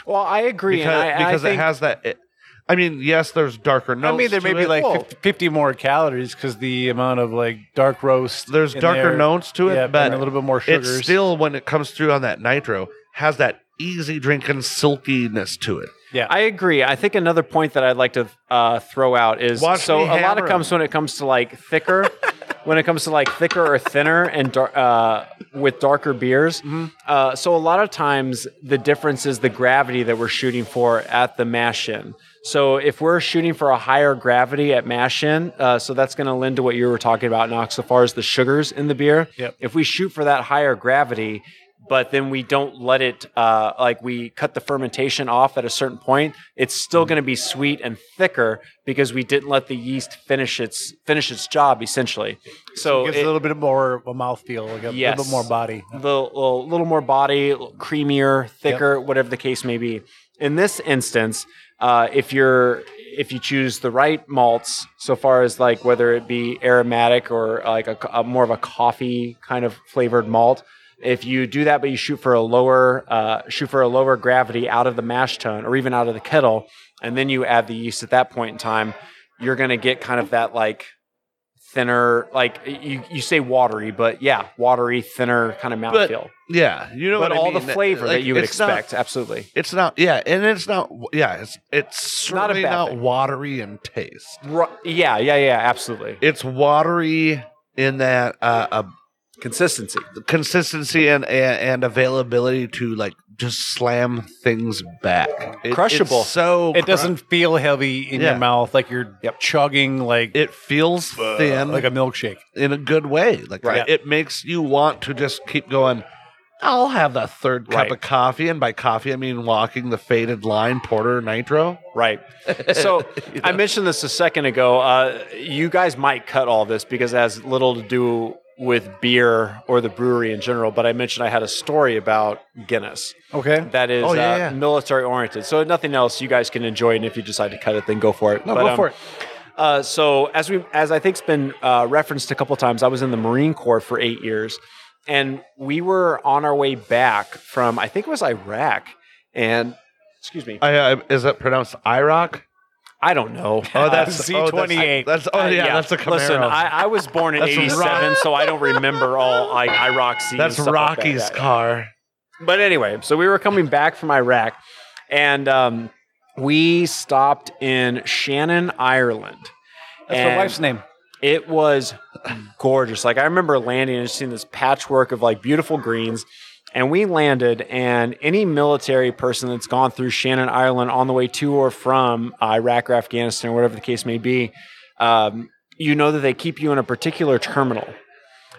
Well, I agree.
because,
and I, I
because
think,
it has that. It, I mean, yes, there's darker notes.
I mean, there may
to
be
it.
like
Well,
50, 50 more calories because the amount of like dark roast.
there's
in
darker
there.
notes to it,
yeah,
but
and a little bit more
it
sugars.
still, when it comes through on that nitro, has that easy drinking silkiness to it.
I agree. I think another point that I'd like to uh, throw out is
Watch
so
me
a lot
hammer
of
'em.
comes when it comes to like thicker, when it comes to like thicker or thinner and dar- uh, with darker beers.
Mm-hmm.
Uh, so a lot of times the difference is the gravity that we're shooting for at the mash in. So if we're shooting for a higher gravity at mash in, uh, so that's going to lend to what you were talking about, Knox, so far as the sugars in the beer.
Yep.
If we shoot for that higher gravity, but then we don't let it uh, like we cut the fermentation off at a certain point it's still going to be sweet and thicker because we didn't let the yeast finish its finish its job essentially so
gives
it-
a little bit more of a mouthfeel, like a
Yes.
little bit more body.
little, little, little more body, creamier, thicker, whatever the case may be. In this instance, uh, if you're if you choose the right malts, so far as like whether it be aromatic or like a, a more of a coffee kind of flavored malt, if you do that, but you shoot for a lower uh, shoot for a lower gravity out of the mash tun or even out of the kettle, and then you add the yeast at that point in time, you're gonna get kind of that like thinner, like you, you say watery, but yeah, watery, thinner kind of
But-
mouthfeel.
Yeah, you know
But,
what I
all
mean?
the flavor
Like,
that you would
it's not-
expect, absolutely.
it's not. Yeah, and it's not. Yeah, it's it's
Not a
certainly
bad
not
thing.
watery in taste.
Ru- yeah, yeah, yeah, absolutely.
It's watery in that uh, uh,
Consistency.
consistency and, and and availability to like just slam things back. It-
Crushable.
It's so
It doesn't feel heavy in
Yeah.
your mouth, like you're chugging like
It feels thin,
like a milkshake.
in a good way. Like
Right.
it makes you want to just keep going. I'll have the third cup
Right.
of coffee, and by coffee I mean walking the faded line porter nitro.
Right. So I mentioned this a second ago. Uh, you guys might cut all this because it has little to do with beer or the brewery in general, but I mentioned I had a story about Guinness
Okay.
that is
Oh, yeah,
uh,
yeah.
military oriented. So nothing else you guys can enjoy, and if you decide to cut it, then go for it.
No, go
um,
for it.
Uh, so as we as I think's been uh, referenced a couple times, I was in the Marine Corps for eight years, and we were on our way back from I think it was Iraq, and excuse me,
I, I, is that pronounced IROC?
I don't know.
Oh, that's
Uh, Z28.
Oh, that's, that's- oh yeah, that's a Camaro.
Listen, I, I was born in
That's
'87, so I don't remember all like Iraq scenes.
that's
stuff like that.
Rocky's
Yeah, yeah.
car.
But anyway, so we were coming back from Iraq, and um, we stopped in Shannon, Ireland.
That's my
And-
wife's name.
it was gorgeous. Like I remember landing and just seeing this patchwork of like beautiful greens. And we landed, and any military person that's gone through Shannon, Ireland, on the way to or from Iraq or Afghanistan, or whatever the case may be, um, you know that they keep you in a particular terminal.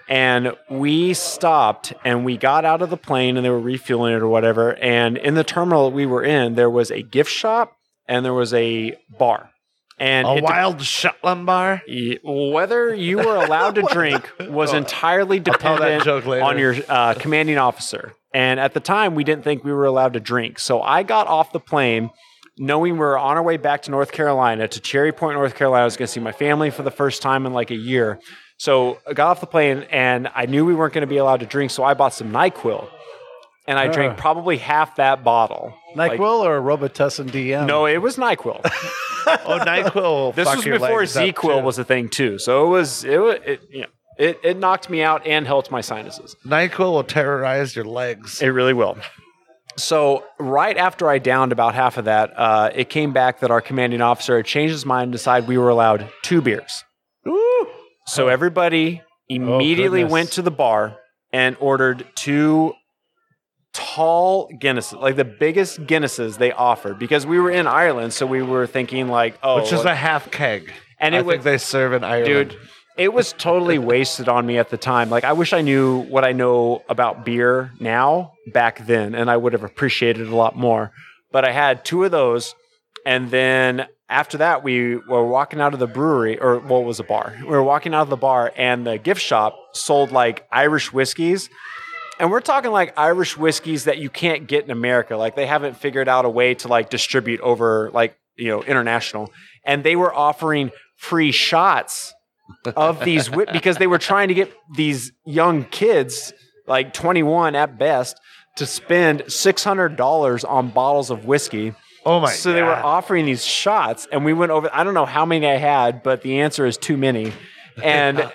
And we stopped and we got out of the plane and they were refueling it or whatever. And in the terminal that we were in, there was a gift shop and there was a bar. And
A
it de-
wild Shetland bar.
Ye- Whether you were allowed to drink was entirely
Oh, Tell that
dependent
joke later.
on your uh, commanding officer. And at the time, we didn't think we were allowed to drink. So I got off the plane knowing we were on our way back to North Carolina, to Cherry Point, North Carolina. I was going to see my family for the first time in like a year. So I got off the plane and I knew we weren't going to be allowed to drink. So I bought some NyQuil and I drank
Ah.
probably half that bottle.
NyQuil
Like-
or Robitussin DM?
no, it was NyQuil.
Oh, Nyquil. will
This
fuck
was
your
before
legs up,
Z-Quil
too.
was a thing too. So it was it wa- it you know, it, it knocked me out and helped my sinuses.
Nyquil will terrorize your legs.
It really will. So right after I downed about half of that, uh, it came back that our commanding officer had changed his mind and decided we were allowed two beers. So everybody immediately
goodness.
went to the bar and ordered two tall Guinnesses, like the biggest Guinnesses they offered, because we were in Ireland, so we were thinking like, oh,
which is a half keg.
and
I
it was
think they serve in Ireland.
dude it was totally wasted on me at the time like i wish i knew what i know about beer now back then and i would have appreciated it a lot more but i had two of those and then after that we were walking out of the brewery or what was a bar we were walking out of the bar and the gift shop sold like irish whiskeys and we're talking like Irish whiskeys that you can't get in America. Like they haven't figured out a way to like distribute over like, you know, international. And they were offering free shots of these whi- because they were trying to get these young kids, like 21 at best, to spend $600 on bottles of whiskey.
Oh my
so
god.
they were offering these shots, and we went over. I don't know how many I had, but the answer is too many. And uh,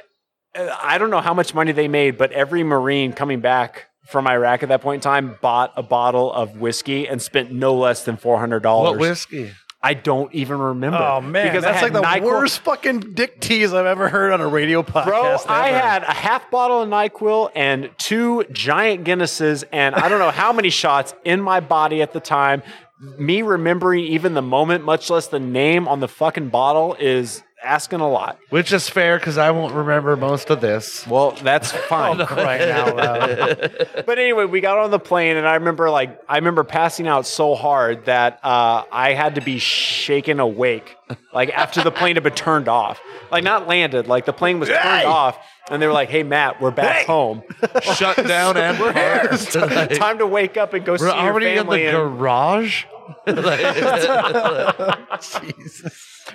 I don't know how much money they made, but every Marine coming back from Iraq at that point in time bought a bottle of whiskey and spent no less than four hundred
what
dollars.
whiskey?
I don't even remember.
Oh man, that's like the
NyQuil-
worst fucking dick tease I've ever heard on a radio podcast.
Bro, I
ever.
had a half bottle of NyQuil and two giant Guinnesses, and I don't know how many shots in my body at the time. Me remembering even the moment, much less the name on the fucking bottle, is asking a lot.
Which is fair because I won't remember most of this.
Well, that's fine.
right now. uh,
but anyway, we got on the plane, and I remember like I remember passing out so hard that uh, I had to be shaken awake, like after the plane had been turned off, like not landed, like the plane was turned off, and they were like, "Hey, Matt, we're back home.
Shut down and parked. Like,
Time to wake up and go see
we're
your
already in the
family." and-
garage.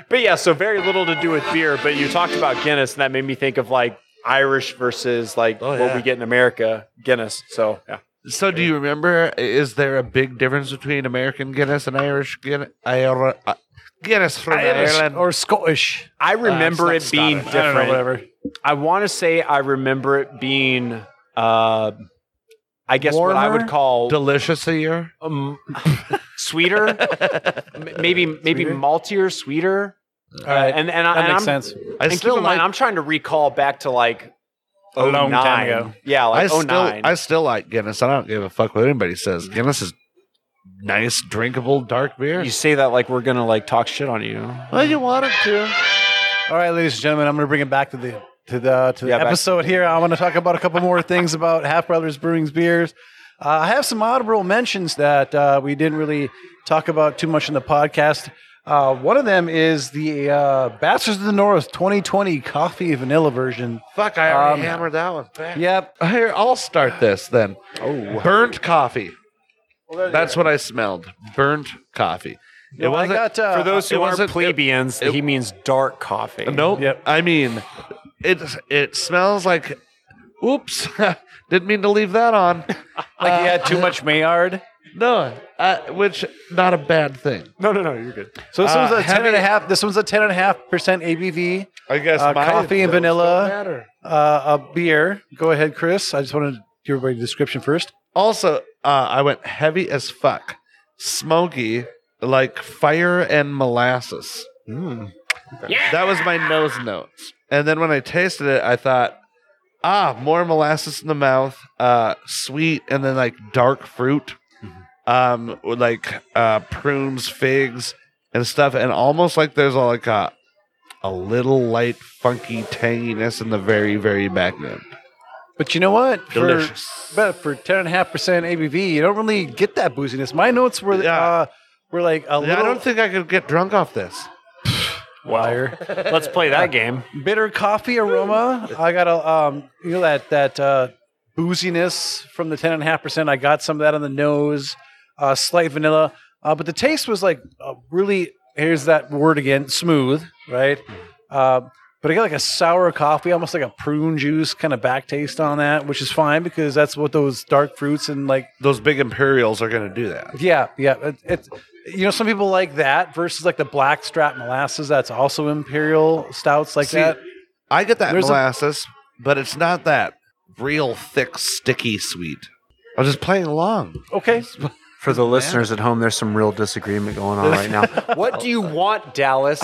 but yeah, so very little to do with beer. But you talked about Guinness, and that made me think of like Irish versus like
Oh, yeah.
what we get in America, Guinness. So yeah.
So, do you remember? Is there a big difference between American Guinness and Irish Guinness? Ira, uh, Guinness from Ireland.
or Scottish.
I remember
Uh,
it
it's not
being
Scottish. I don't know,
different.
whatever.
I want to say I remember it being, uh, I guess what I
Warmer?
would
Oh.
call
Delicious a year.
um, sweeter, M- maybe maybe
Sweeter?
maltier, sweeter.
All right,
and and, I,
that
and
makes
I'm,
sense.
I
and keep in
still
mind,
like.
I'm trying to recall back to like
A long
09.
time ago.
Yeah,
I
like
still.
09.
I still like Guinness. I don't give a fuck what anybody says. Guinness is nice, drinkable, dark beer.
you say that like we're gonna like talk shit on you.
well, you want it to.
All right, ladies and gentlemen, I'm going to bring it back to the to the to the
Yeah, back-
episode here. I want to talk about a couple more things about Half Brothers Brewing's beers. Uh, I have some honorable mentions that uh, we didn't really talk about too much in the podcast. Uh, one of them is the uh, Bastards of the North 2020 coffee vanilla version.
Fuck! I already
Um,
hammered that one. Back.
Yep.
Here, I'll start this then. Oh, burnt coffee. That's what I smelled. Burnt coffee.
No, I
wasn't-
got, uh,
For those
it
who aren't
wasn't- it-
plebeians,
it-
he means dark coffee.
Nope.
Yep.
I mean, it it smells like. Oops! Didn't mean to leave that on.
Like you had too much Maillard.
No, uh, which not a bad thing.
Uh,
no, no, no. You're good.
So this
Uh,
one's a ten
heavy-
and a half. This one's a ten and a half percent ABV.
I guess
Uh,
my-
coffee and
those
vanilla.
don't matter.
Uh, a beer. Go ahead, Chris. I just wanted to give everybody the description first.
Also, uh, I went heavy as fuck, smoky, like fire and molasses.
Mm.
That was my nose notes. And then when I tasted it, I thought, ah, more molasses in the mouth, uh, sweet, and then like dark fruit,
Mm-hmm.
um, with, like uh, prunes, figs, and stuff, and almost like there's a, like a a little light, funky tanginess in the very, very back end.
But you know what? For-
Delicious.
But for ten and a half percent ABV, you don't really get that booziness. My notes were
Yeah.
uh, were like a
Yeah, I
little
don't think I could get drunk off this.
liar.
Let's play that game.
bitter coffee aroma. I got a um, you know that that uh, booziness from the ten and a half percent. I got some of that on the nose, uh, slight vanilla, uh, but the taste was like uh, really. Here's that word again, smooth, right? Uh, but I got like a sour coffee, almost like a prune juice kind of back taste on that, which is fine because that's what those dark fruits and like
Those big Imperials are going to do that.
Yeah, yeah. It, it, you know, some people like that versus like the blackstrap molasses. That's also imperial stouts like
See,
that.
I get that
There's a-
molasses, but it's not that real thick, sticky sweet. I was just playing along.
Okay,
For the listeners at home, there's some real disagreement going on right now. What do you want, Dallas?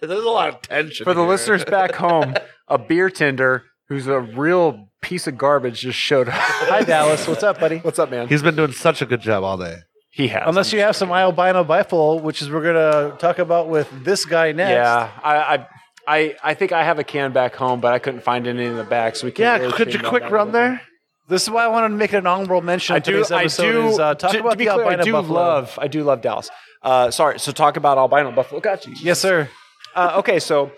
There's a lot of tension.
For the listeners back home, a beer tender who's a real piece of garbage just showed up.
hi Dallas, what's up, buddy?
What's up, man?
he's been doing such a good job all day.
He has.
Unless you have some albino bifold, which is we're gonna talk about with this guy next.
yeah, I, I, I, I think I have a can back home, but I couldn't find any in the back, so we
Yeah,
can't. really
could you
clean that
quick
down.
run there?
This is why I wanted to make an honorable mention.
I
on
do.
today's
I
episode
do.
Is, uh, talk
to,
about
to be
the
clear,
albino
I do
buffalo.
love. I do love Dallas. Uh, sorry. So talk about albino buffalo. Got you.
Yes, sir.
uh, okay, so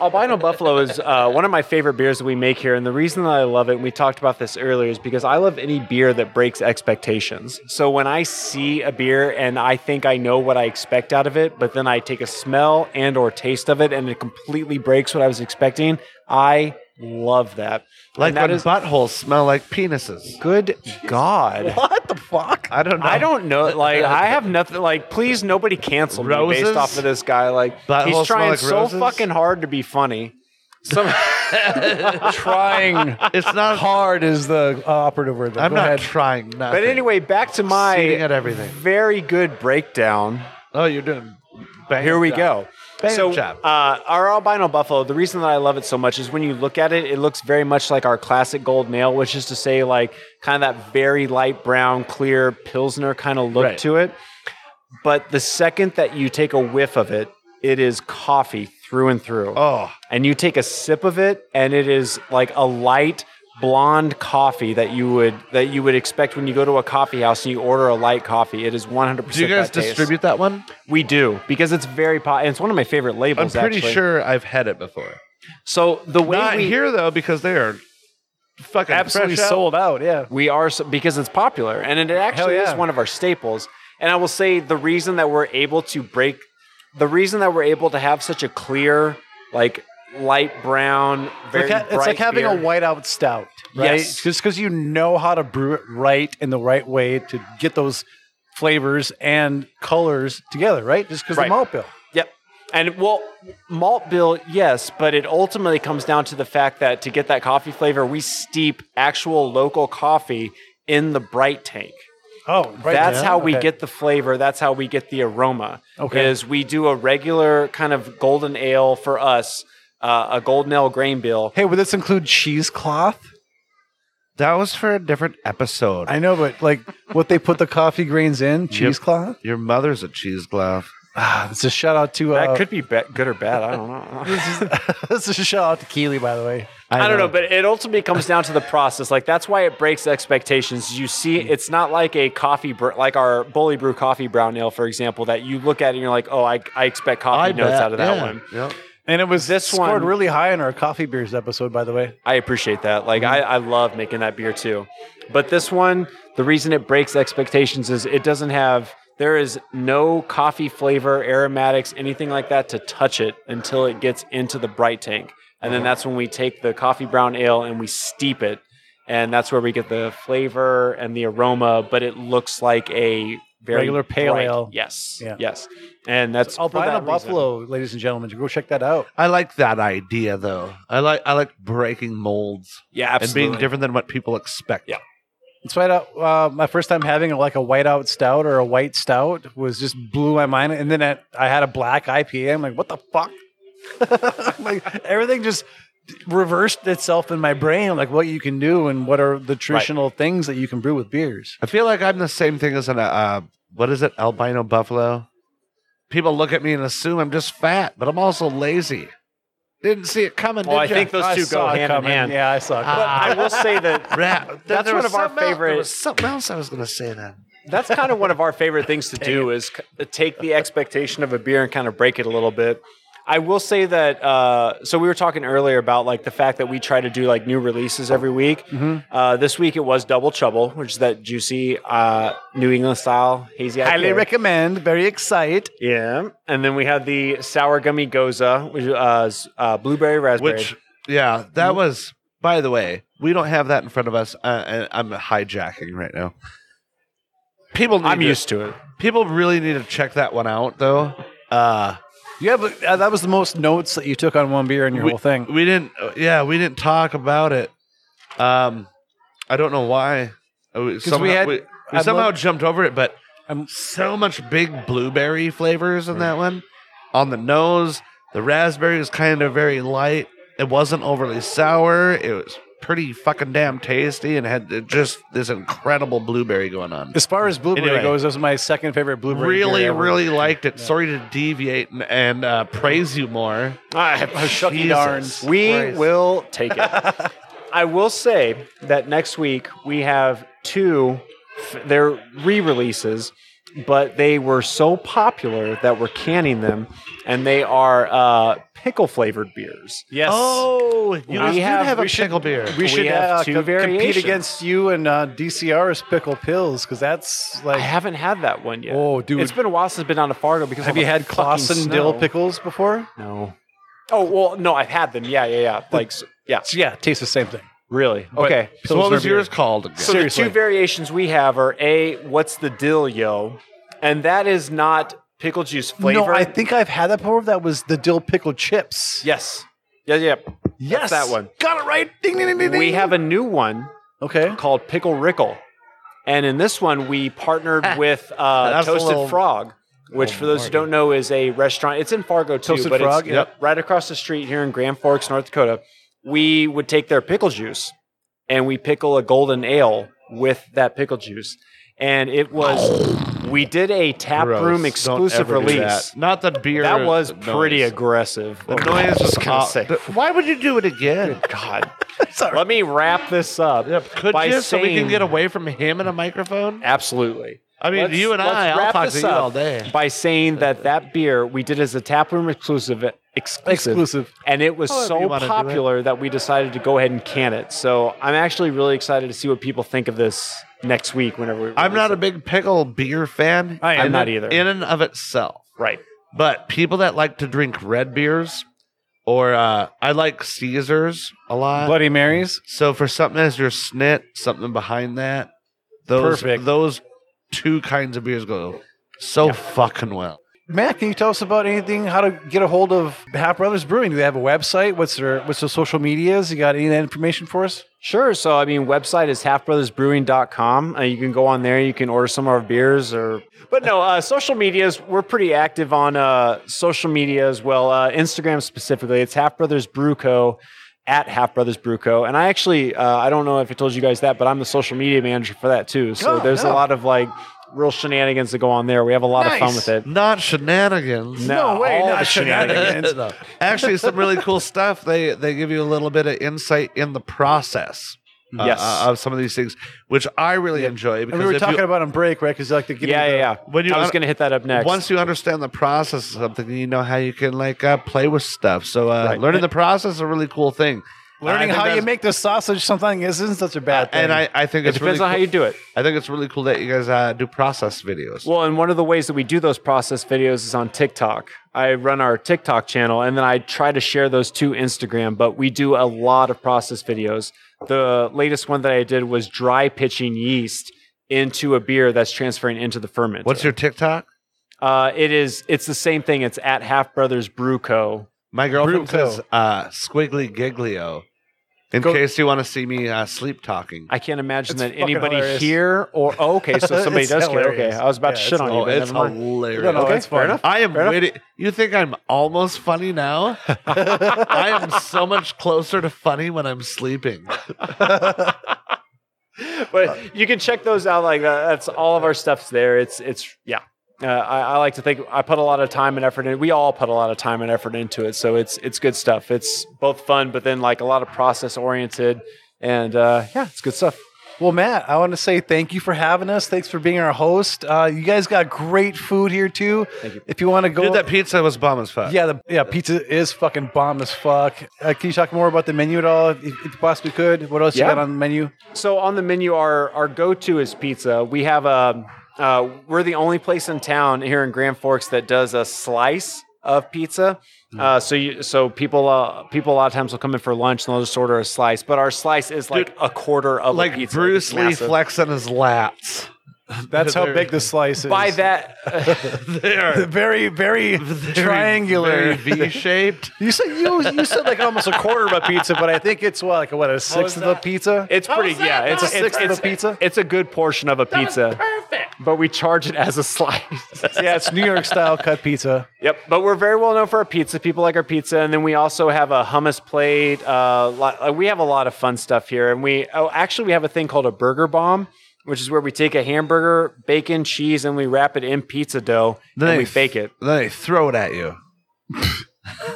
Albino Buffalo is uh, one of my favorite beers that we make here. And the reason that I love it, and we talked about this earlier, is because I love any beer that breaks expectations. So when I see a beer and I think I know what I expect out of it, but then I take a smell and or taste of it and it completely breaks what I was expecting, I Love that.
Like
And that
when
is
buttholes smell like penises.
good God.
What the fuck? I don't know.
I don't know. Like, I have nothing. Like, please, nobody cancel me
Roses?
based off of this guy. Like,
Butthole smell
he's trying
like
so
roses?
fucking hard to be funny. Some
trying
It's not.
hard is the uh, operative word. There.
I'm
Go
not
ahead.
trying. Nothing.
but anyway, back to
Succeeding at
my
everything.
very good breakdown.
Oh, you're doing. Bang
Here we
job.
go.
Bang
so,
job.
uh, our albino buffalo, the reason that I love it so much is when you look at it, it looks very much like our classic gold male, which is to say, like, kind of that very light brown, clear Pilsner kind of look
Right.
to it. But the second that you take a whiff of it, it is coffee through and through.
Oh,
and you take a sip of it and it is like a light blonde coffee that you would that you would expect when you go to a coffee house and you order a light coffee it is 100%
do you guys
that taste.
distribute that one?
we do because it's very pot and it's one of my favorite
I'm
labels
pretty
actually.
sure I've had it before.
so the way
Not
we
here though, because they are fucking
Absolutely
fresh out.
sold out. Yeah.
we are so, because it's popular and it actually
Hell yeah.
is one of our staples and i will say the reason that we're able to break the reason that we're able to have such a clear like light brown very
Like ha- it's
bright
like having
beer.
a whiteout stout, right?
Yes.
Just because you know how to brew it right in the right way to get those flavors and colors together, right? Just because
Right.
the malt bill.
Yep. And well, malt bill, yes, but it ultimately comes down to the fact that to get that coffee flavor, we steep actual local coffee in the bright tank.
Oh, right.
That's
yeah.
how we
Okay.
get the flavor. That's how we get the aroma.
Okay.
Is we do a regular kind of golden ale for us, uh, a golden ale grain bill.
Hey, would this include cheesecloth?
That was for a different episode.
I know, but like what they put the coffee grains in, cheesecloth.
Your mother's a cheesecloth.
Ah, it's a shout out to. Uh,
that could be ba- good or bad. I don't know.
this is a shout out to Keely, by the way.
I don't know, but it ultimately comes down to the process. Like that's why it breaks expectations. You see, it's not like a coffee, br- like our Bully Brew coffee brown ale, for example, that you look at and you're like, oh, I, I expect coffee notes out of that
yeah.
one.
Yep.
And it was
This
scored
one-
really high in our coffee beers episode, by the way.
I appreciate that. Like
Mm-hmm.
I, I love making that beer too. But this one, the reason it breaks expectations is it doesn't have. There is no coffee flavor, aromatics, anything like that to touch it until it gets into the bright tank. And
Uh-huh.
then that's when we take the coffee brown ale and we steep it. And that's where we get the flavor and the aroma, but it looks like a very
Regular pale
bright-
ale.
Yes.
Yeah.
Yes. And that's for
Albino
that reason.
Buffalo, ladies and gentlemen, go check that out.
I like that idea though. I like I like breaking molds
Yeah, absolutely.
and being different than what people expect.
Yeah.
It's white out. Uh, my first time having like a whiteout stout or a white stout was just blew my mind. And then I, I had a black IPA. I'm like, what the fuck? like everything just reversed itself in my brain. Like what you can do and what are the traditional things that you can brew with beers.
I feel like I'm the same thing as an uh, what is it, albino buffalo? People look at me and assume I'm just fat, but I'm also lazy. Didn't see it coming.
Well,
did
I
ya?
think those
I
two go
Oh,
saw it
hand in
coming.
hand.
Yeah, I saw. It coming.
But
Ah.
I will say that
Rat.
That's
There
one
was
of our
something else-
favorite-
There was something else I was going to say then.
That's kind of one of our favorite things to do is c- take the expectation of a beer and kind of break it a little bit. I will say that uh, so we were talking earlier about like the fact that we try to do like new releases every week. Uh, this week it was Double Trouble, which is that juicy uh, New England style hazy.
highly
IPA.
recommend. Very excited.
Yeah, and then we had the sour gummy goza, which uh, is uh, blueberry raspberry.
Which, yeah, that was. By the way, we don't have that in front of us. Uh, and I'm hijacking right now. People, need
I'm
to-
used to it.
People really need to check that one out, though. Uh,
Yeah, but uh, that was the most notes that you took on one beer in your
we,
whole thing.
We didn't. uh, Yeah, we didn't talk about it. Um, I don't know why. Uh, we- Somehow,
we
we,
had-
we
I'd
somehow
love-
jumped over it, but
I'm-
so much big blueberry flavors in that one. On the nose, the raspberry was kind of very light. It wasn't overly sour. It was pretty fucking damn tasty, and had uh, just this incredible blueberry going on.
As far as blueberry
Anyway.
goes, that was my second favorite blueberry.
Really,
beer ever.
really liked it. Sorry to deviate and, and uh, praise you more.
Oh, shucky
Jesus
darns.
We
Christ.
will take it. I will say that next week we have two, f- they're re releases, but they were so popular that we're canning them, and they are uh, pickle flavored beers.
Yes.
Oh, you guys did
have-
have a
we should-
pickle beer.
We should
have
uh,
two
co- compete
variations.
against you and uh, DCR's Pickle Pills because that's
I
like.
haven't had that one yet.
Oh, dude.
It's been a while since I've been down to Fargo because
have
all
you
the
had
fucking
Clausen Dill
snow.
pickles before?
No. Oh well, no, I've had them. Yeah, yeah, yeah. Like s- yeah,
So, yeah, it tastes the same thing.
really. Okay.
So what
Pilsner
was yours
beer.
called again?
So
Seriously.
the two variations we have are a what's the deal, yo, and that is not pickle juice flavor.
No, I think I've had that before. That was the dill pickle chips.
yes, yeah, yeah.
yes,
that one.
Got it right. Ding, ding, ding, ding.
We
ding.
have a new one
okay.
called Pickle Rickle, and in this one we partnered with uh,
That's a
Toasted
little- Oh,
Frog, which for those who don't know is a restaurant. It's in Fargo too,
Toasted
but
Frog,
it's
yep.
right across the street here in Grand Forks, North Dakota. We would take their pickle juice, and we pickle a golden ale with that pickle juice, and it was. We did a tap
Gross.
room
Don't
exclusive
ever do
release.
that. Not the beer.
That was
noise.
pretty aggressive.
The noise was
gonna
aw-
say.
Why would you do it again?
God. Let me wrap this up.
Could
by
you so we
saying-
can get away from him and a microphone?
Absolutely.
I mean,
Let's-
you and
let's
I, I'll
wrap
talk
this
to you
up
all day.
By saying that that beer we did as a taproom exclusive, exclusive,
Exclusive.
and it was
However you
so
wanna do it.
popular that we decided to go ahead and can it. So I'm actually really excited to see what people think of this next week. Whenever we
I'm
release
not
it.
a big pickle beer fan.
I am
in
not
and-
either.
In and of itself.
right.
But people that like to drink red beers, or uh, I like Caesars a lot.
Bloody Marys.
so for something as your snit, something behind that, those
Perfect.
those two kinds of beers go so fucking well.
Matt, can you tell us about anything? How to get a hold of Half Brothers Brewing? Do they have a website? What's their what's their social medias? You got any of that information for us?
Sure. So I mean, website is halfbrothersbrewing.com. Uh, you can go on there. You can order some of our beers, or but no, uh, social medias. We're pretty active on uh, social media as well. Uh, Instagram specifically, it's Half Brothers Brew Co. At Half Brothers Brew Co. And I actually, uh, I don't know if I told you guys that, but I'm the social media manager for that too. So
Oh,
there's
yeah.
a lot of like real shenanigans that go on there. We have a lot of fun
Nice.
with it.
Not shenanigans.
No, way,
all
not
the
shenanigans.
No. Actually, some really cool stuff. They they give you a little bit of insight in the process. uh,
Yes.
uh, of some of these things, which I really enjoy because
And we were
if you-
talking about on break, right? Because like the
Yeah, yeah, yeah.
When you-
I was going to hit that up next.
once you understand the process of something, you know how you can like uh, play with stuff. So uh,
Right.
learning the process is a really cool thing.
learning
And I think
how you
that's- Uh,
make the sausage something isn't such a bad thing.
and I, I think
it
it's
depends
really
on how
cool-
you do it.
I think it's really cool that you guys uh, do process videos.
Well, and one of the ways that we do those process videos is on TikTok. I run our TikTok channel and then I try to share those to Instagram, but we do a lot of process videos. The latest one that I did was dry pitching yeast into a beer that's transferring into the ferment.
What's your TikTok?
uh it is it's the same thing. It's at Half Brothers Brew Co.
My girlfriend
Bruco.
says uh, squiggly giglio. In
Go-
case you want to see me uh, sleep talking.
I can't imagine
It's
that
fucking
anybody
hilarious.
here or oh, okay, so somebody
It's
does care. Okay.
hilarious.
I was about to
Yeah,
shit
it's
on you,
oh,
but
it's
never mind.
hilarious.
No, no,
Okay,
it's
fair
fun.
enough.
I am
enough.
witty. You think I'm almost funny now? I am so much closer to funny when I'm sleeping.
but you can check those out. Like uh, that's all of our stuff's there. It's it's yeah. Uh, I, I like to think I put a lot of time and effort in. We all put a lot of time and effort into it, so it's it's good stuff. It's both fun, but then like a lot of process oriented, and uh, yeah, it's good stuff.
Well, Matt, I want to say thank you for having us. Thanks for being our host. Uh, you guys got great food here too. Thank you. If you want to go,
Dude, that pizza was bomb as fuck.
yeah, the, yeah, pizza is fucking bomb as fuck. Uh, can you talk more about the menu at all, if, if you possibly could? What else
Yeah.
you got on the menu?
So on the menu, our our go to is pizza. We have a uh, we're the only place in town here in Grand Forks that does a slice of pizza. Uh, so you so people uh, people a lot of times will come in for lunch and they'll just order a slice, but our slice is like a quarter of a
Like
pizza.
Bruce
It's
Lee
massive.
flexing his lats.
That's how
There-
big the slice is.
By that,
They are
very, very triangular.
V shaped.
you said you you said like almost a quarter of a pizza, but I think it's what like what a sixth of a pizza.
it's pretty. Yeah, it's
It's a sixth of a pizza?
It's a good portion of a pizza. perfect. But we charge it as a slice.
yeah, it's New York style cut pizza.
Yep, but we're very well known for our pizza. People like our pizza, and then we also have a hummus plate. Uh, lot, uh, we have a lot of fun stuff here, and we oh, actually we have a thing called a burger bomb, which is where we take a hamburger, bacon, cheese, and we wrap it in pizza dough, and we bake it.
Then they throw it at you.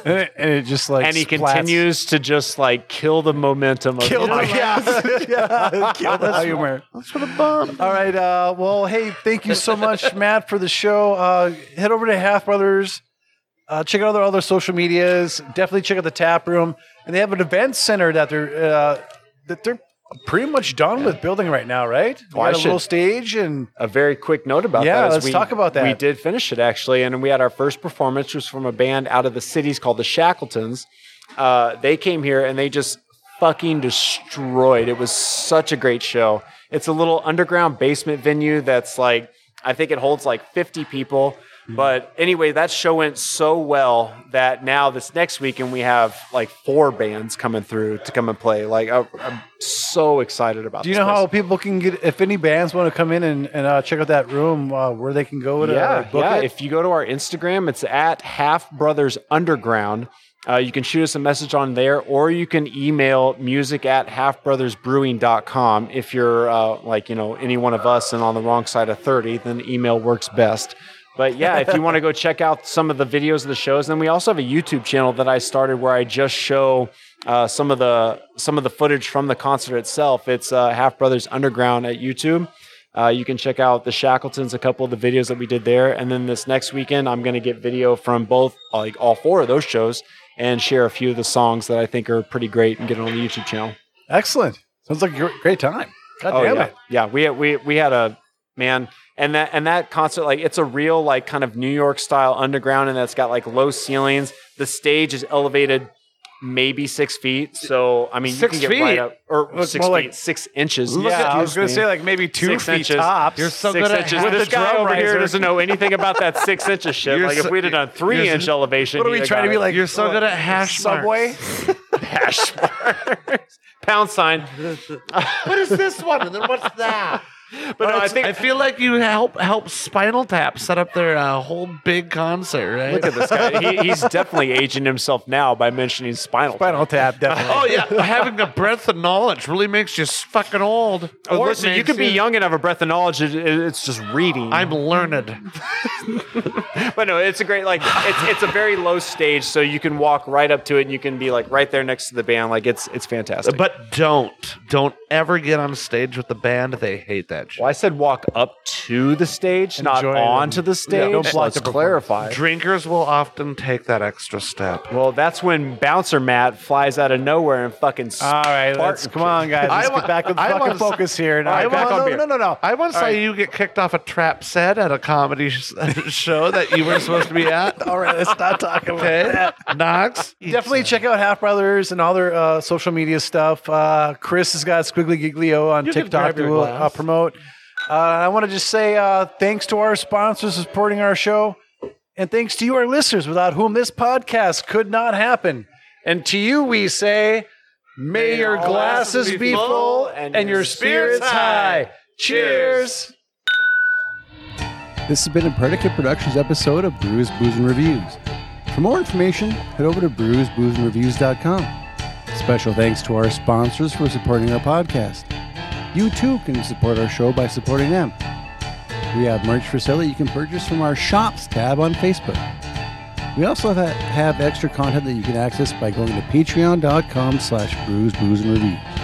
And it, and it just like
And he
splats.
continues to just like kill the momentum of
Kill
the
the yeah, yeah, kill the humor.
That's what a bomb.
All right. Uh, well, hey, thank you so much, Matt, for the show. Uh, head over to Half Brothers. Uh, check out all their other social medias. Definitely check out the tap room, and they have an event center that they're uh, that they're pretty much done with building right now, right? We
Well, I
got a little
should-
stage and
a very quick note about
Yeah,
that. is
let's talk about that.
We did finish it actually, and we had our first performance which was from a band out of the cities called the Shackletons. Uh, they came here and they just fucking destroyed. It was such a great show. It's a little underground basement venue that's like I think it holds like 50 people.
Mm-hmm.
But anyway, that show went so well that now this next weekend we have like four bands coming through to come and play. Like I, I'm so excited about.
do you
this
know
place.
how people can get if any bands want to come in and, and uh, check out that room uh, where they can go to
yeah,
like, book
yeah.
it?
If you go to our Instagram, it's at Half Brothers Underground. Uh, you can shoot us a message on there, or you can email music at halfbrothersbrewing.com. If you're uh, like, you know, any one of us and on the wrong side of 30, then email works best. But yeah, if you want to go check out some of the videos of the shows, then we also have a YouTube channel that I started where I just show uh, some of the some of the footage from the concert itself. It's uh, Half Brothers Underground at YouTube. Uh, you can check out the Shackletons, a couple of the videos that we did there, and then this next weekend I'm going to get video from both like all four of those shows and share a few of the songs that I think are pretty great and get it on the YouTube channel. Oh,
Excellent. Sounds like a gr- great time. God damn
yeah,
it.
yeah. We we we had a man, and that and that concert like it's a real like kind of New York style underground, and that's got like low ceilings. The stage is elevated maybe six feet, so I mean
Six
you can get right
feet?
up or
Look,
six
more
feet,
like-
six inches.
Look at- I was
excuse
gonna
me.
say, like maybe two
Six
feet
inches.
tops.
You're so
six
good
inches.
at
This
the
guy
drum
over here
riser.
doesn't know anything about that six inch of shit.
You're
like if
so-
we'd have done three
you're
inch
so-
elevation,
What are
he'd
we
have
trying to
got
be like?
You're so
like,
good at hash
Subway.
hash marks. pound sign.
what is this one? And then what's that?
But no, I think
I feel like you help help Spinal Tap set up their uh, whole big concert, right?
look at this guy. He, he's definitely aging himself now by mentioning spinal. Tap.
Spinal Tap, definitely.
Oh yeah, having a breadth of knowledge really makes you fucking old.
Oh,
Or it
listen, you
makes
could be young and have a breadth of knowledge. It, it- it's just reading.
I'm learned.
but no, it's a great like it's it's a very low stage, so you can walk right up to it and you can be like right there next to the band. Like it's it's fantastic.
But don't don't ever get on stage with the band. They hate that shit.
well, I said walk up to the stage, not
Enjoy it
onto
and-
the
yeah,
stage.
don't block
Let's
the performance.
clarify.
Drinkers will often take that extra step.
Well, that's when bouncer Matt flies out of nowhere and fucking. s-
All right, let's,
Spartan
come on, guys.
I
Let's
wa-
get back on
I
fucking
wanna s-
focus here. Now.
I
back
wanna-
on beer. no, no, no, no.
I once saw you get kicked off a trap set at a comedy sh- show that you weren't supposed to be at.
All right, let's stop talking about
Okay,
that.
Knox.
Definitely check out Half Brothers and all their uh, social media stuff. Uh, Chris has got Squiggly Giglio on
can
TikTok
grab your
to uh,
glass.
promote. Uh, I want to just say uh, thanks to our sponsors supporting our show, and thanks to you, our listeners, without whom this podcast could not happen. And to you, we say, may your glasses be full and, your spirits high. Cheers.
This has been a Predicate Productions episode of Brews, Booze, and Reviews. For more information, head over to brewsboozeandreviews.com. Special thanks to our sponsors for supporting our podcast. You too can support our show by supporting them. We have merch for sale that you can purchase from our Shops tab on Facebook. We also ha- have extra content that you can access by going to patreon.com slash brews, booze, and reviews.